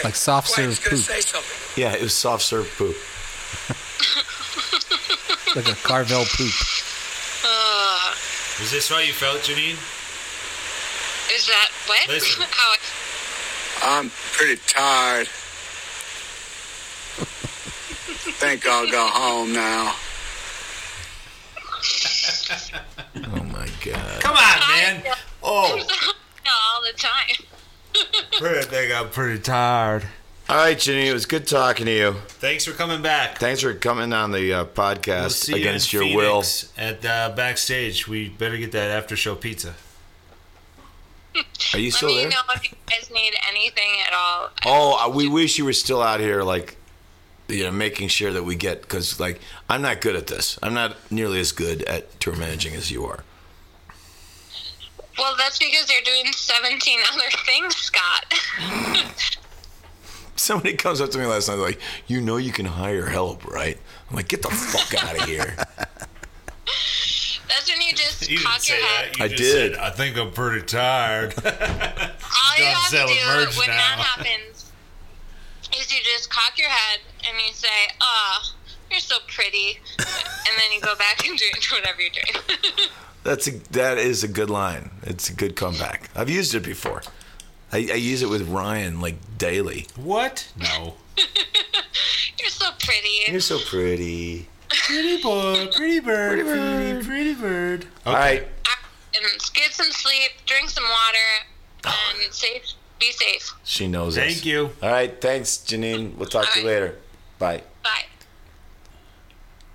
S5: like soft serve poop,
S10: Yeah, it was soft serve poo.
S5: like a Carvel poop.
S11: Ugh.
S7: Is this how you felt, Janine?
S11: is that what?
S7: Listen.
S11: *laughs* How? it-
S8: I'm pretty tired. Think I'll go home now.
S10: Oh my god.
S7: Come on, man. Oh,
S11: all the time.
S7: I think I'm pretty tired.
S10: All right, Janine, it was good talking to you.
S7: Thanks for coming back.
S10: Thanks for coming on the uh,
S7: We'll
S10: podcast
S7: see you
S10: against
S7: in
S10: your
S7: Phoenix At uh, backstage, we better get that after show pizza.
S10: will. Are you
S11: Let
S10: still
S11: me
S10: there?
S11: know if you guys need anything at all.
S10: Oh, uh, we wish you were still out here, like, you know, making sure that we get, because, like, I'm not good at this. I'm not nearly as good at tour managing as you are. *laughs*
S11: Well, that's because you're doing 17 other *laughs* things, Scott.
S10: Somebody comes up to me last night, like, you know, you can hire help, right? I'm like, get the fuck
S7: *laughs*
S10: out of here.
S11: That's when you
S7: *laughs*
S11: just
S7: You didn't
S11: cock
S7: say
S11: your head.
S7: that. You
S10: I
S7: just
S10: did.
S7: Said, I think I'm pretty tired.
S11: All you
S7: Don't
S11: have to
S7: sell merch
S11: do when
S7: now.
S11: that happens is you just cock your head and you say, "Oh, you're so pretty," and then you go back and do *laughs* whatever you're doing. *laughs*
S10: That's a, that is a good line. It's a good comeback. I've used it before. I, I use it with Ryan like daily.
S7: what? No.
S11: you're so pretty.
S10: You're so pretty.
S7: Pretty boy, pretty bird, pretty, pretty bird.
S10: All right.
S11: And get some sleep, drink some water, and safe. Be safe.
S10: She knows us.
S7: Thank you.
S10: All right. Thanks, Janine. We'll talk to you
S11: All right.
S10: later. Bye.
S11: Bye.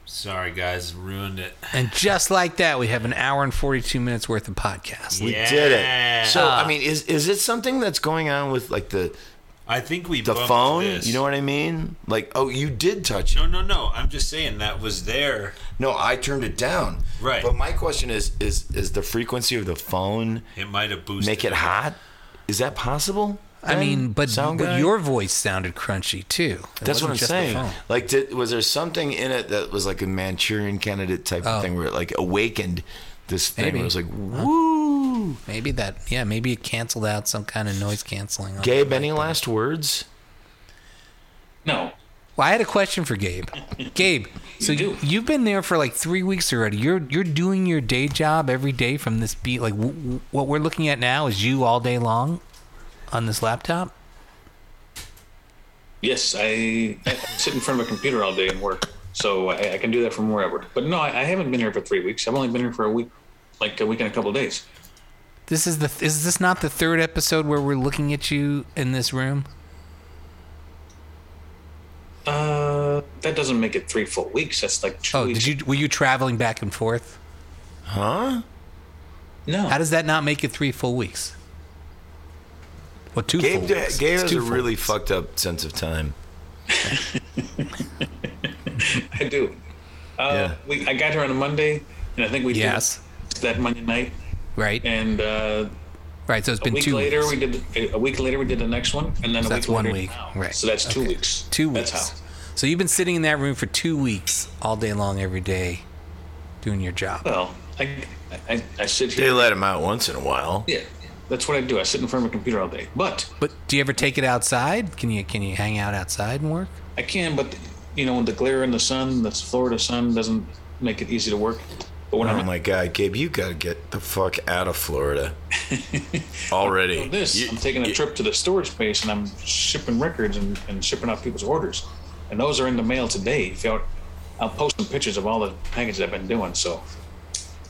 S7: Sorry, guys, ruined it.
S5: And just like that, we have an hour and forty-two minutes worth of podcast.
S10: We
S7: Yeah.
S10: did it. So, I mean, is is it something that's going on with like the
S7: I think we
S10: the
S7: bumped
S10: phone?
S7: This.
S10: You know what I mean? Like, oh, you did touch it.
S7: No, no, no. I'm just saying that was there.
S10: No, I turned it down.
S7: Right.
S10: But my question is is is the frequency of the phone
S7: It might have boosted.
S10: make it hot? Is that possible?
S5: I mean,
S10: Ben?
S5: but,
S10: Sound
S5: but
S10: guy?
S5: your voice sounded crunchy too. It
S10: That's
S5: wasn't
S10: what I'm
S5: just the
S10: saying.
S5: phone.
S10: Like, did, was there something in it that was like a Manchurian candidate type
S5: Oh.
S10: of thing where it like awakened this thing?
S5: Maybe.
S10: It was like, woo.
S5: Maybe that. Yeah, maybe it canceled out some kind of noise canceling. on-
S10: Gabe, any last words?
S6: No.
S5: Well, I had a question for Gabe.
S10: *laughs*
S5: Gabe, so
S6: do.
S5: you've been there for like three weeks already. You're you're doing your day job every day from this beat. Like w- w- what we're looking at now is you all day long on this laptop.
S6: Yes, I, I sit in front of a computer all day and work, so I, I can do that from wherever. But no, I, I haven't been here for three weeks. I've only been here for a week, like a week and a couple of days.
S5: This is the is this not the third episode where we're looking at you in this room?
S6: Uh, that doesn't make it three full weeks. That's like two
S5: Oh,
S6: weeks.
S5: did you were you traveling back and forth?
S6: No,
S5: How does that not make it three full weeks? Well, two
S10: Gabe,
S5: full
S10: da-
S5: weeks.
S10: Gabe
S5: It's
S10: has
S5: two
S10: a
S5: full
S10: really
S5: weeks.
S10: fucked up sense of time.
S6: I do? Uh,
S10: Yeah.
S6: we, I got here on a Monday, and I think we
S5: Yes.
S6: did that Monday night.
S5: right,
S6: And uh,
S5: right. So it's
S6: a
S5: been
S6: week
S5: two
S6: later,
S5: weeks.
S6: we did a week later we did the next one, and then a
S5: So
S6: week
S5: that's one
S6: later
S5: week,
S6: now.
S5: right?
S6: So that's two
S5: Okay.
S6: weeks.
S5: Two weeks.
S6: That's how.
S5: So you've been sitting in that room for two weeks, all day long, every day, doing your job.
S6: Well, I, I, I sit
S10: They
S6: here.
S10: let him out once in a while.
S6: Yeah, that's what I do. I sit in front of a computer all day. But
S5: But do you ever take it outside? Can you can you hang out outside and work?
S6: I can, but you know, when the glare in the sun, the Florida sun, doesn't make it easy to work. But when
S10: Oh
S6: I'm
S10: my God, Gabe, you gotta get the fuck out of
S5: *laughs*
S10: Florida already.
S6: doing this,
S10: You-
S6: I'm taking a trip to the storage space and I'm shipping records and, and shipping out people's orders, and those are in the mail today. If y'all, I'll post some pictures of all the packages I've been doing. So,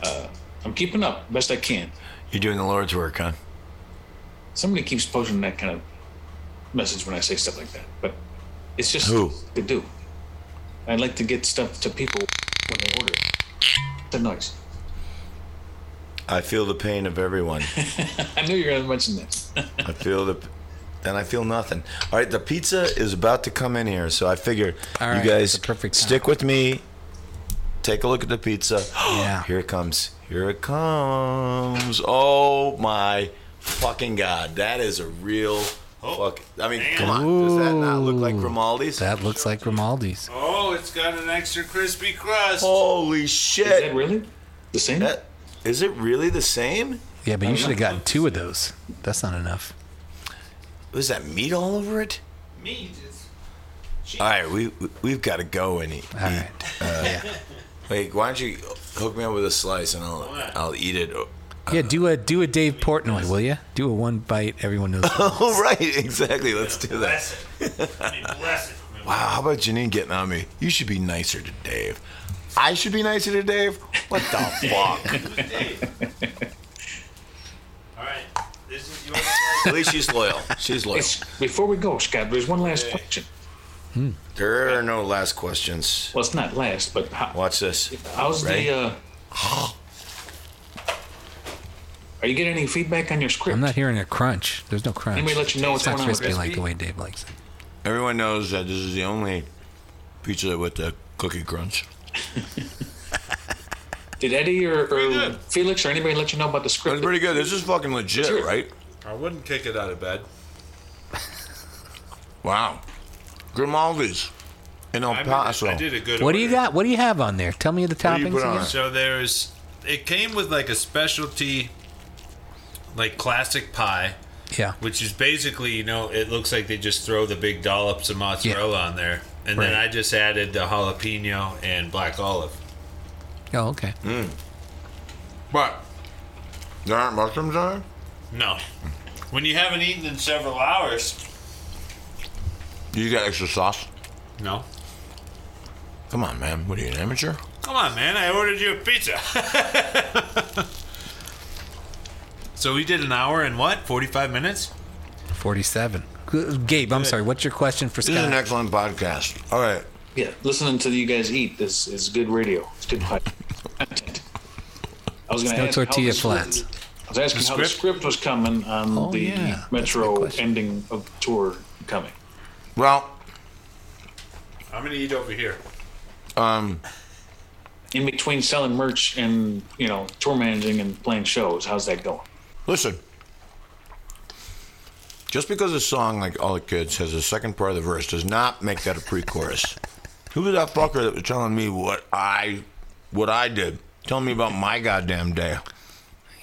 S6: uh, I'm keeping up best I can.
S10: You're doing the Lord's work, huh?
S6: Somebody keeps posting that kind of message when I say stuff like that, but it's just
S10: Who?
S6: to do. I like to get stuff to people when they order. The noise.
S10: I feel the pain of everyone.
S6: I knew you were going to mention that.
S10: I feel the, then I feel nothing. All right, the pizza is about to come in here, so I figured
S5: All
S10: you
S5: right,
S10: guys
S5: that's the perfect time.
S10: stick with me. Take a look at the pizza. *gasps*
S5: Yeah.
S10: Here it comes. Here it comes. Oh my fucking god, that is a real. Fuck. I mean, come on. Does that not look like
S5: Ooh.
S10: Grimaldi's?
S5: That looks like Grimaldi's.
S3: Oh, it's got an extra crispy crust.
S5: Oh.
S10: Holy
S6: Is that
S10: shit!
S6: really the same?
S10: That- Is it really the same?
S5: Yeah, but you should have gotten two of those. That's not enough.
S10: Was that meat all over it?
S3: Meat is
S10: All right, we we- we've got to go and eat.
S5: All right. yeah.
S10: Wait, why don't you hook me up with a slice and I'll I'll eat it.
S5: Yeah. Do a do a Dave Portnoy, will you? Do a one bite. Everyone
S3: *laughs*
S5: knows.
S10: Oh *laughs* right, exactly. Let's do that.
S3: blessed. I mean, blessed.
S10: *laughs* Wow, how about Janine getting on me? You should be nicer to Dave. I should be nicer to Dave. What the fuck?
S3: All right, this is your slice.
S10: At least she's loyal. She's loyal.
S6: It's- Before we go, Scott, there's one last question.
S10: There are no last questions.
S6: Well, it's not last, but how,
S10: Watch this.
S6: how's
S10: Ready?
S6: the? Uh, are you getting any feedback on your script?
S5: I'm not hearing a crunch. There's no crunch.
S6: Anybody let you know what's
S5: it's not
S6: going on with
S5: crispy
S6: this?
S5: like the way Dave likes it.
S10: Everyone knows that this is the only pizza with the cookie crunch.
S6: Did Eddie or, or Felix or anybody let you know about the
S10: That's
S6: script?
S10: pretty good. This is fucking legit, right?
S3: I wouldn't kick it out of bed.
S10: Wow. Grimaldi's in El
S3: I, mean,
S10: Paso.
S3: I did a good.
S5: What do
S3: order.
S5: you got? What do you have on there? Tell me the
S10: do you
S5: toppings.
S10: put on
S5: again.
S10: it?
S3: So there's, it came with like a specialty, like classic pie,
S5: Yeah.
S3: which is basically you know it looks like they just throw the big dollops of mozzarella on there, and then
S5: Right.
S3: I just added the jalapeno and black olive.
S5: Oh, okay.
S3: Mm. But
S10: There aren't mushrooms on it?
S3: no, when you haven't eaten in several hours,
S10: You got extra sauce?
S3: no.
S10: Come on, man. What are you, an amateur?
S3: Come on, man! I ordered you a pizza. *laughs* so we did an hour and what? Forty-five minutes.
S5: Forty-seven. G- Gabe, I'm sorry. What's your question for
S3: Mm,
S10: This is an
S5: Scott?
S10: excellent podcast. All right.
S6: Yeah, listening to you guys eat is, is good radio. It's good pi- content. I was going
S5: no
S6: to
S5: tortilla flats.
S6: I was asking how the script was coming on
S5: Oh,
S6: the
S5: yeah. That's a good
S6: Metro
S5: question.
S6: ending of tour coming.
S10: Well,
S3: I'm gonna eat over here.
S10: um,
S6: In between selling merch and you know tour managing and playing shows, how's that going?
S10: listen. Just because a song like All the Kids has a second part of the verse does not make that a
S3: *laughs*
S10: pre-chorus. Who was that fucker that was telling me what I what I did? Telling me about my goddamn day.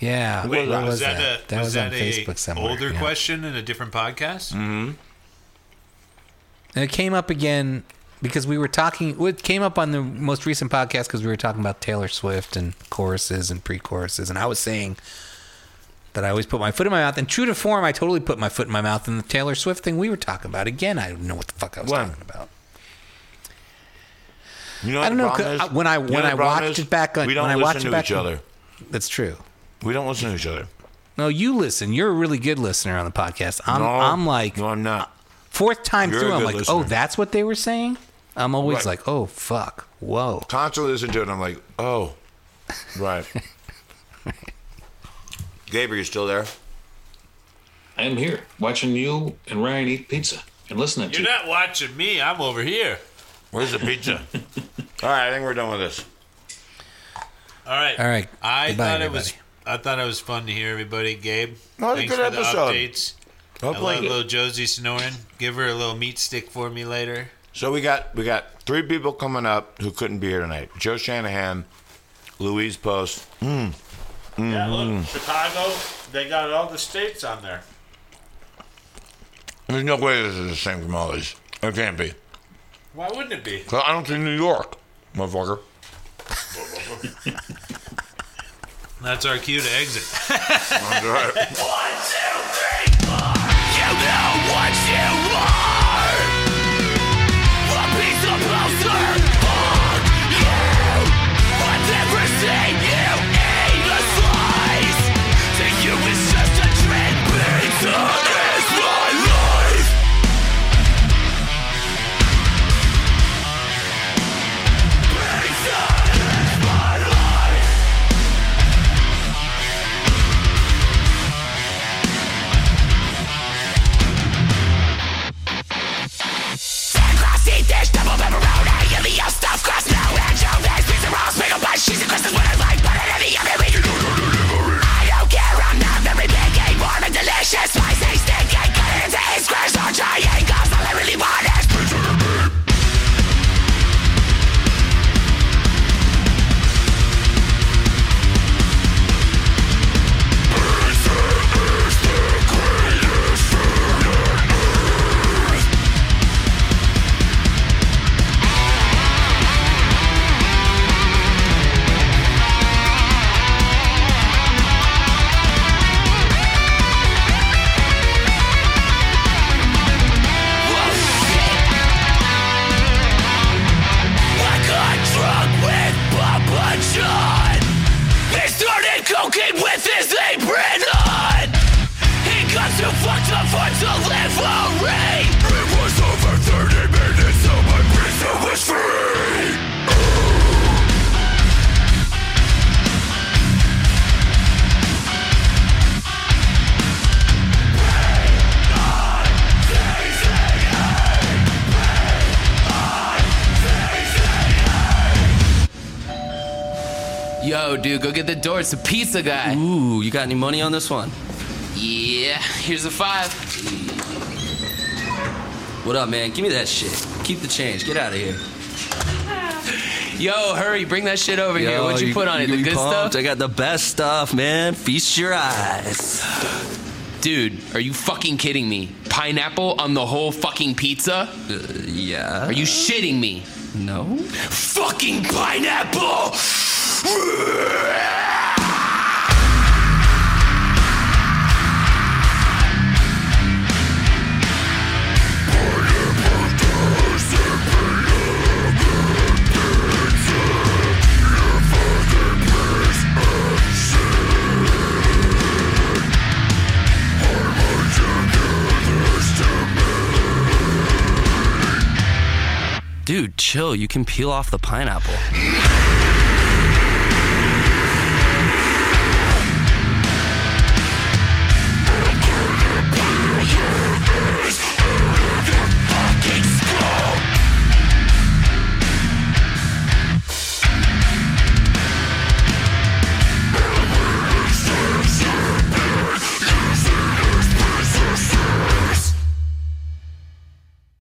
S5: Yeah.
S3: Wait,
S5: where
S3: was, that, a
S5: that
S3: was,
S5: was
S3: that
S5: on
S3: a
S5: Facebook somewhere.
S3: older
S5: yeah.
S10: Mm-hmm.
S3: question in a different podcast?
S5: And it came up again because we were talking. It came up on the most recent podcast because we were talking about Taylor Swift and choruses and pre-choruses, and I was saying that I always put my foot in my mouth. And true to form, I totally put my foot in my mouth in the Taylor Swift thing we were talking about. Again, I don't know what the fuck I was
S13: When?
S5: talking about.
S13: You know
S5: I
S13: what
S5: don't
S13: the
S5: know,
S13: problem
S5: 'cause
S13: is?
S5: I- when I-
S13: You know
S5: when
S13: what the
S5: I
S13: problem
S5: watched
S13: is?
S5: it back on-
S13: we don't
S5: when I
S13: listen
S5: watched it
S13: to
S5: back
S13: each
S5: on-
S13: other.
S5: That's true.
S13: We don't listen to each other.
S5: No, you listen. You're a really good listener on the podcast. I'm,
S13: no,
S5: I'm like
S13: no, I'm not.
S5: fourth time
S13: You're a
S5: through. I'm
S13: good
S5: like,
S13: listener.
S5: oh, that's what they were saying. I'm always
S13: Right.
S5: like, oh fuck, whoa.
S13: Constantly listen to it. and I'm like, oh, right. Gabe, are you still there?
S6: I am here watching you and Ryan eat pizza and listening
S3: You're
S6: to
S3: not watching me. I'm over here.
S13: Where's the
S3: *laughs*
S13: pizza? All right, I think we're done with this.
S3: All right.
S5: All right.
S3: I
S5: Goodbye,
S3: thought it
S5: everybody.
S3: was. I thought it was fun to hear everybody. Gabe,
S13: That was a
S3: thanks
S13: good
S3: for the
S13: episode.
S3: updates. I
S13: Hopefully-
S3: love little Josie snoring. Give her a little meat stick for me later.
S13: So we got we got three people coming up who couldn't be here tonight: Joe Shanahan, Louise Post,
S3: Yeah, look, Chicago. They got all the states on there.
S13: There's no way this is the same from all these. It can't be.
S3: Why wouldn't it be?
S13: 'Cause I don't see New York, motherfucker.
S3: That's our cue to exit.
S13: That's
S3: *laughs*
S13: right.
S10: Yo, dude, go get the door. It's the pizza guy. Ooh, you got any money on this one? Yeah, here's a five. What up, man? Give me that shit. Keep the change. Get out of here. Yo, hurry, bring that shit over here. What'd you, put on it? The good stuff?
S14: I got the best stuff, man. Feast your eyes.
S10: Dude, are you fucking kidding me? Pineapple on the whole fucking pizza?
S14: Uh, Yeah.
S10: Are you shitting me?
S14: No.
S10: Fucking pineapple!
S14: Dude, chill. You can peel off the pineapple.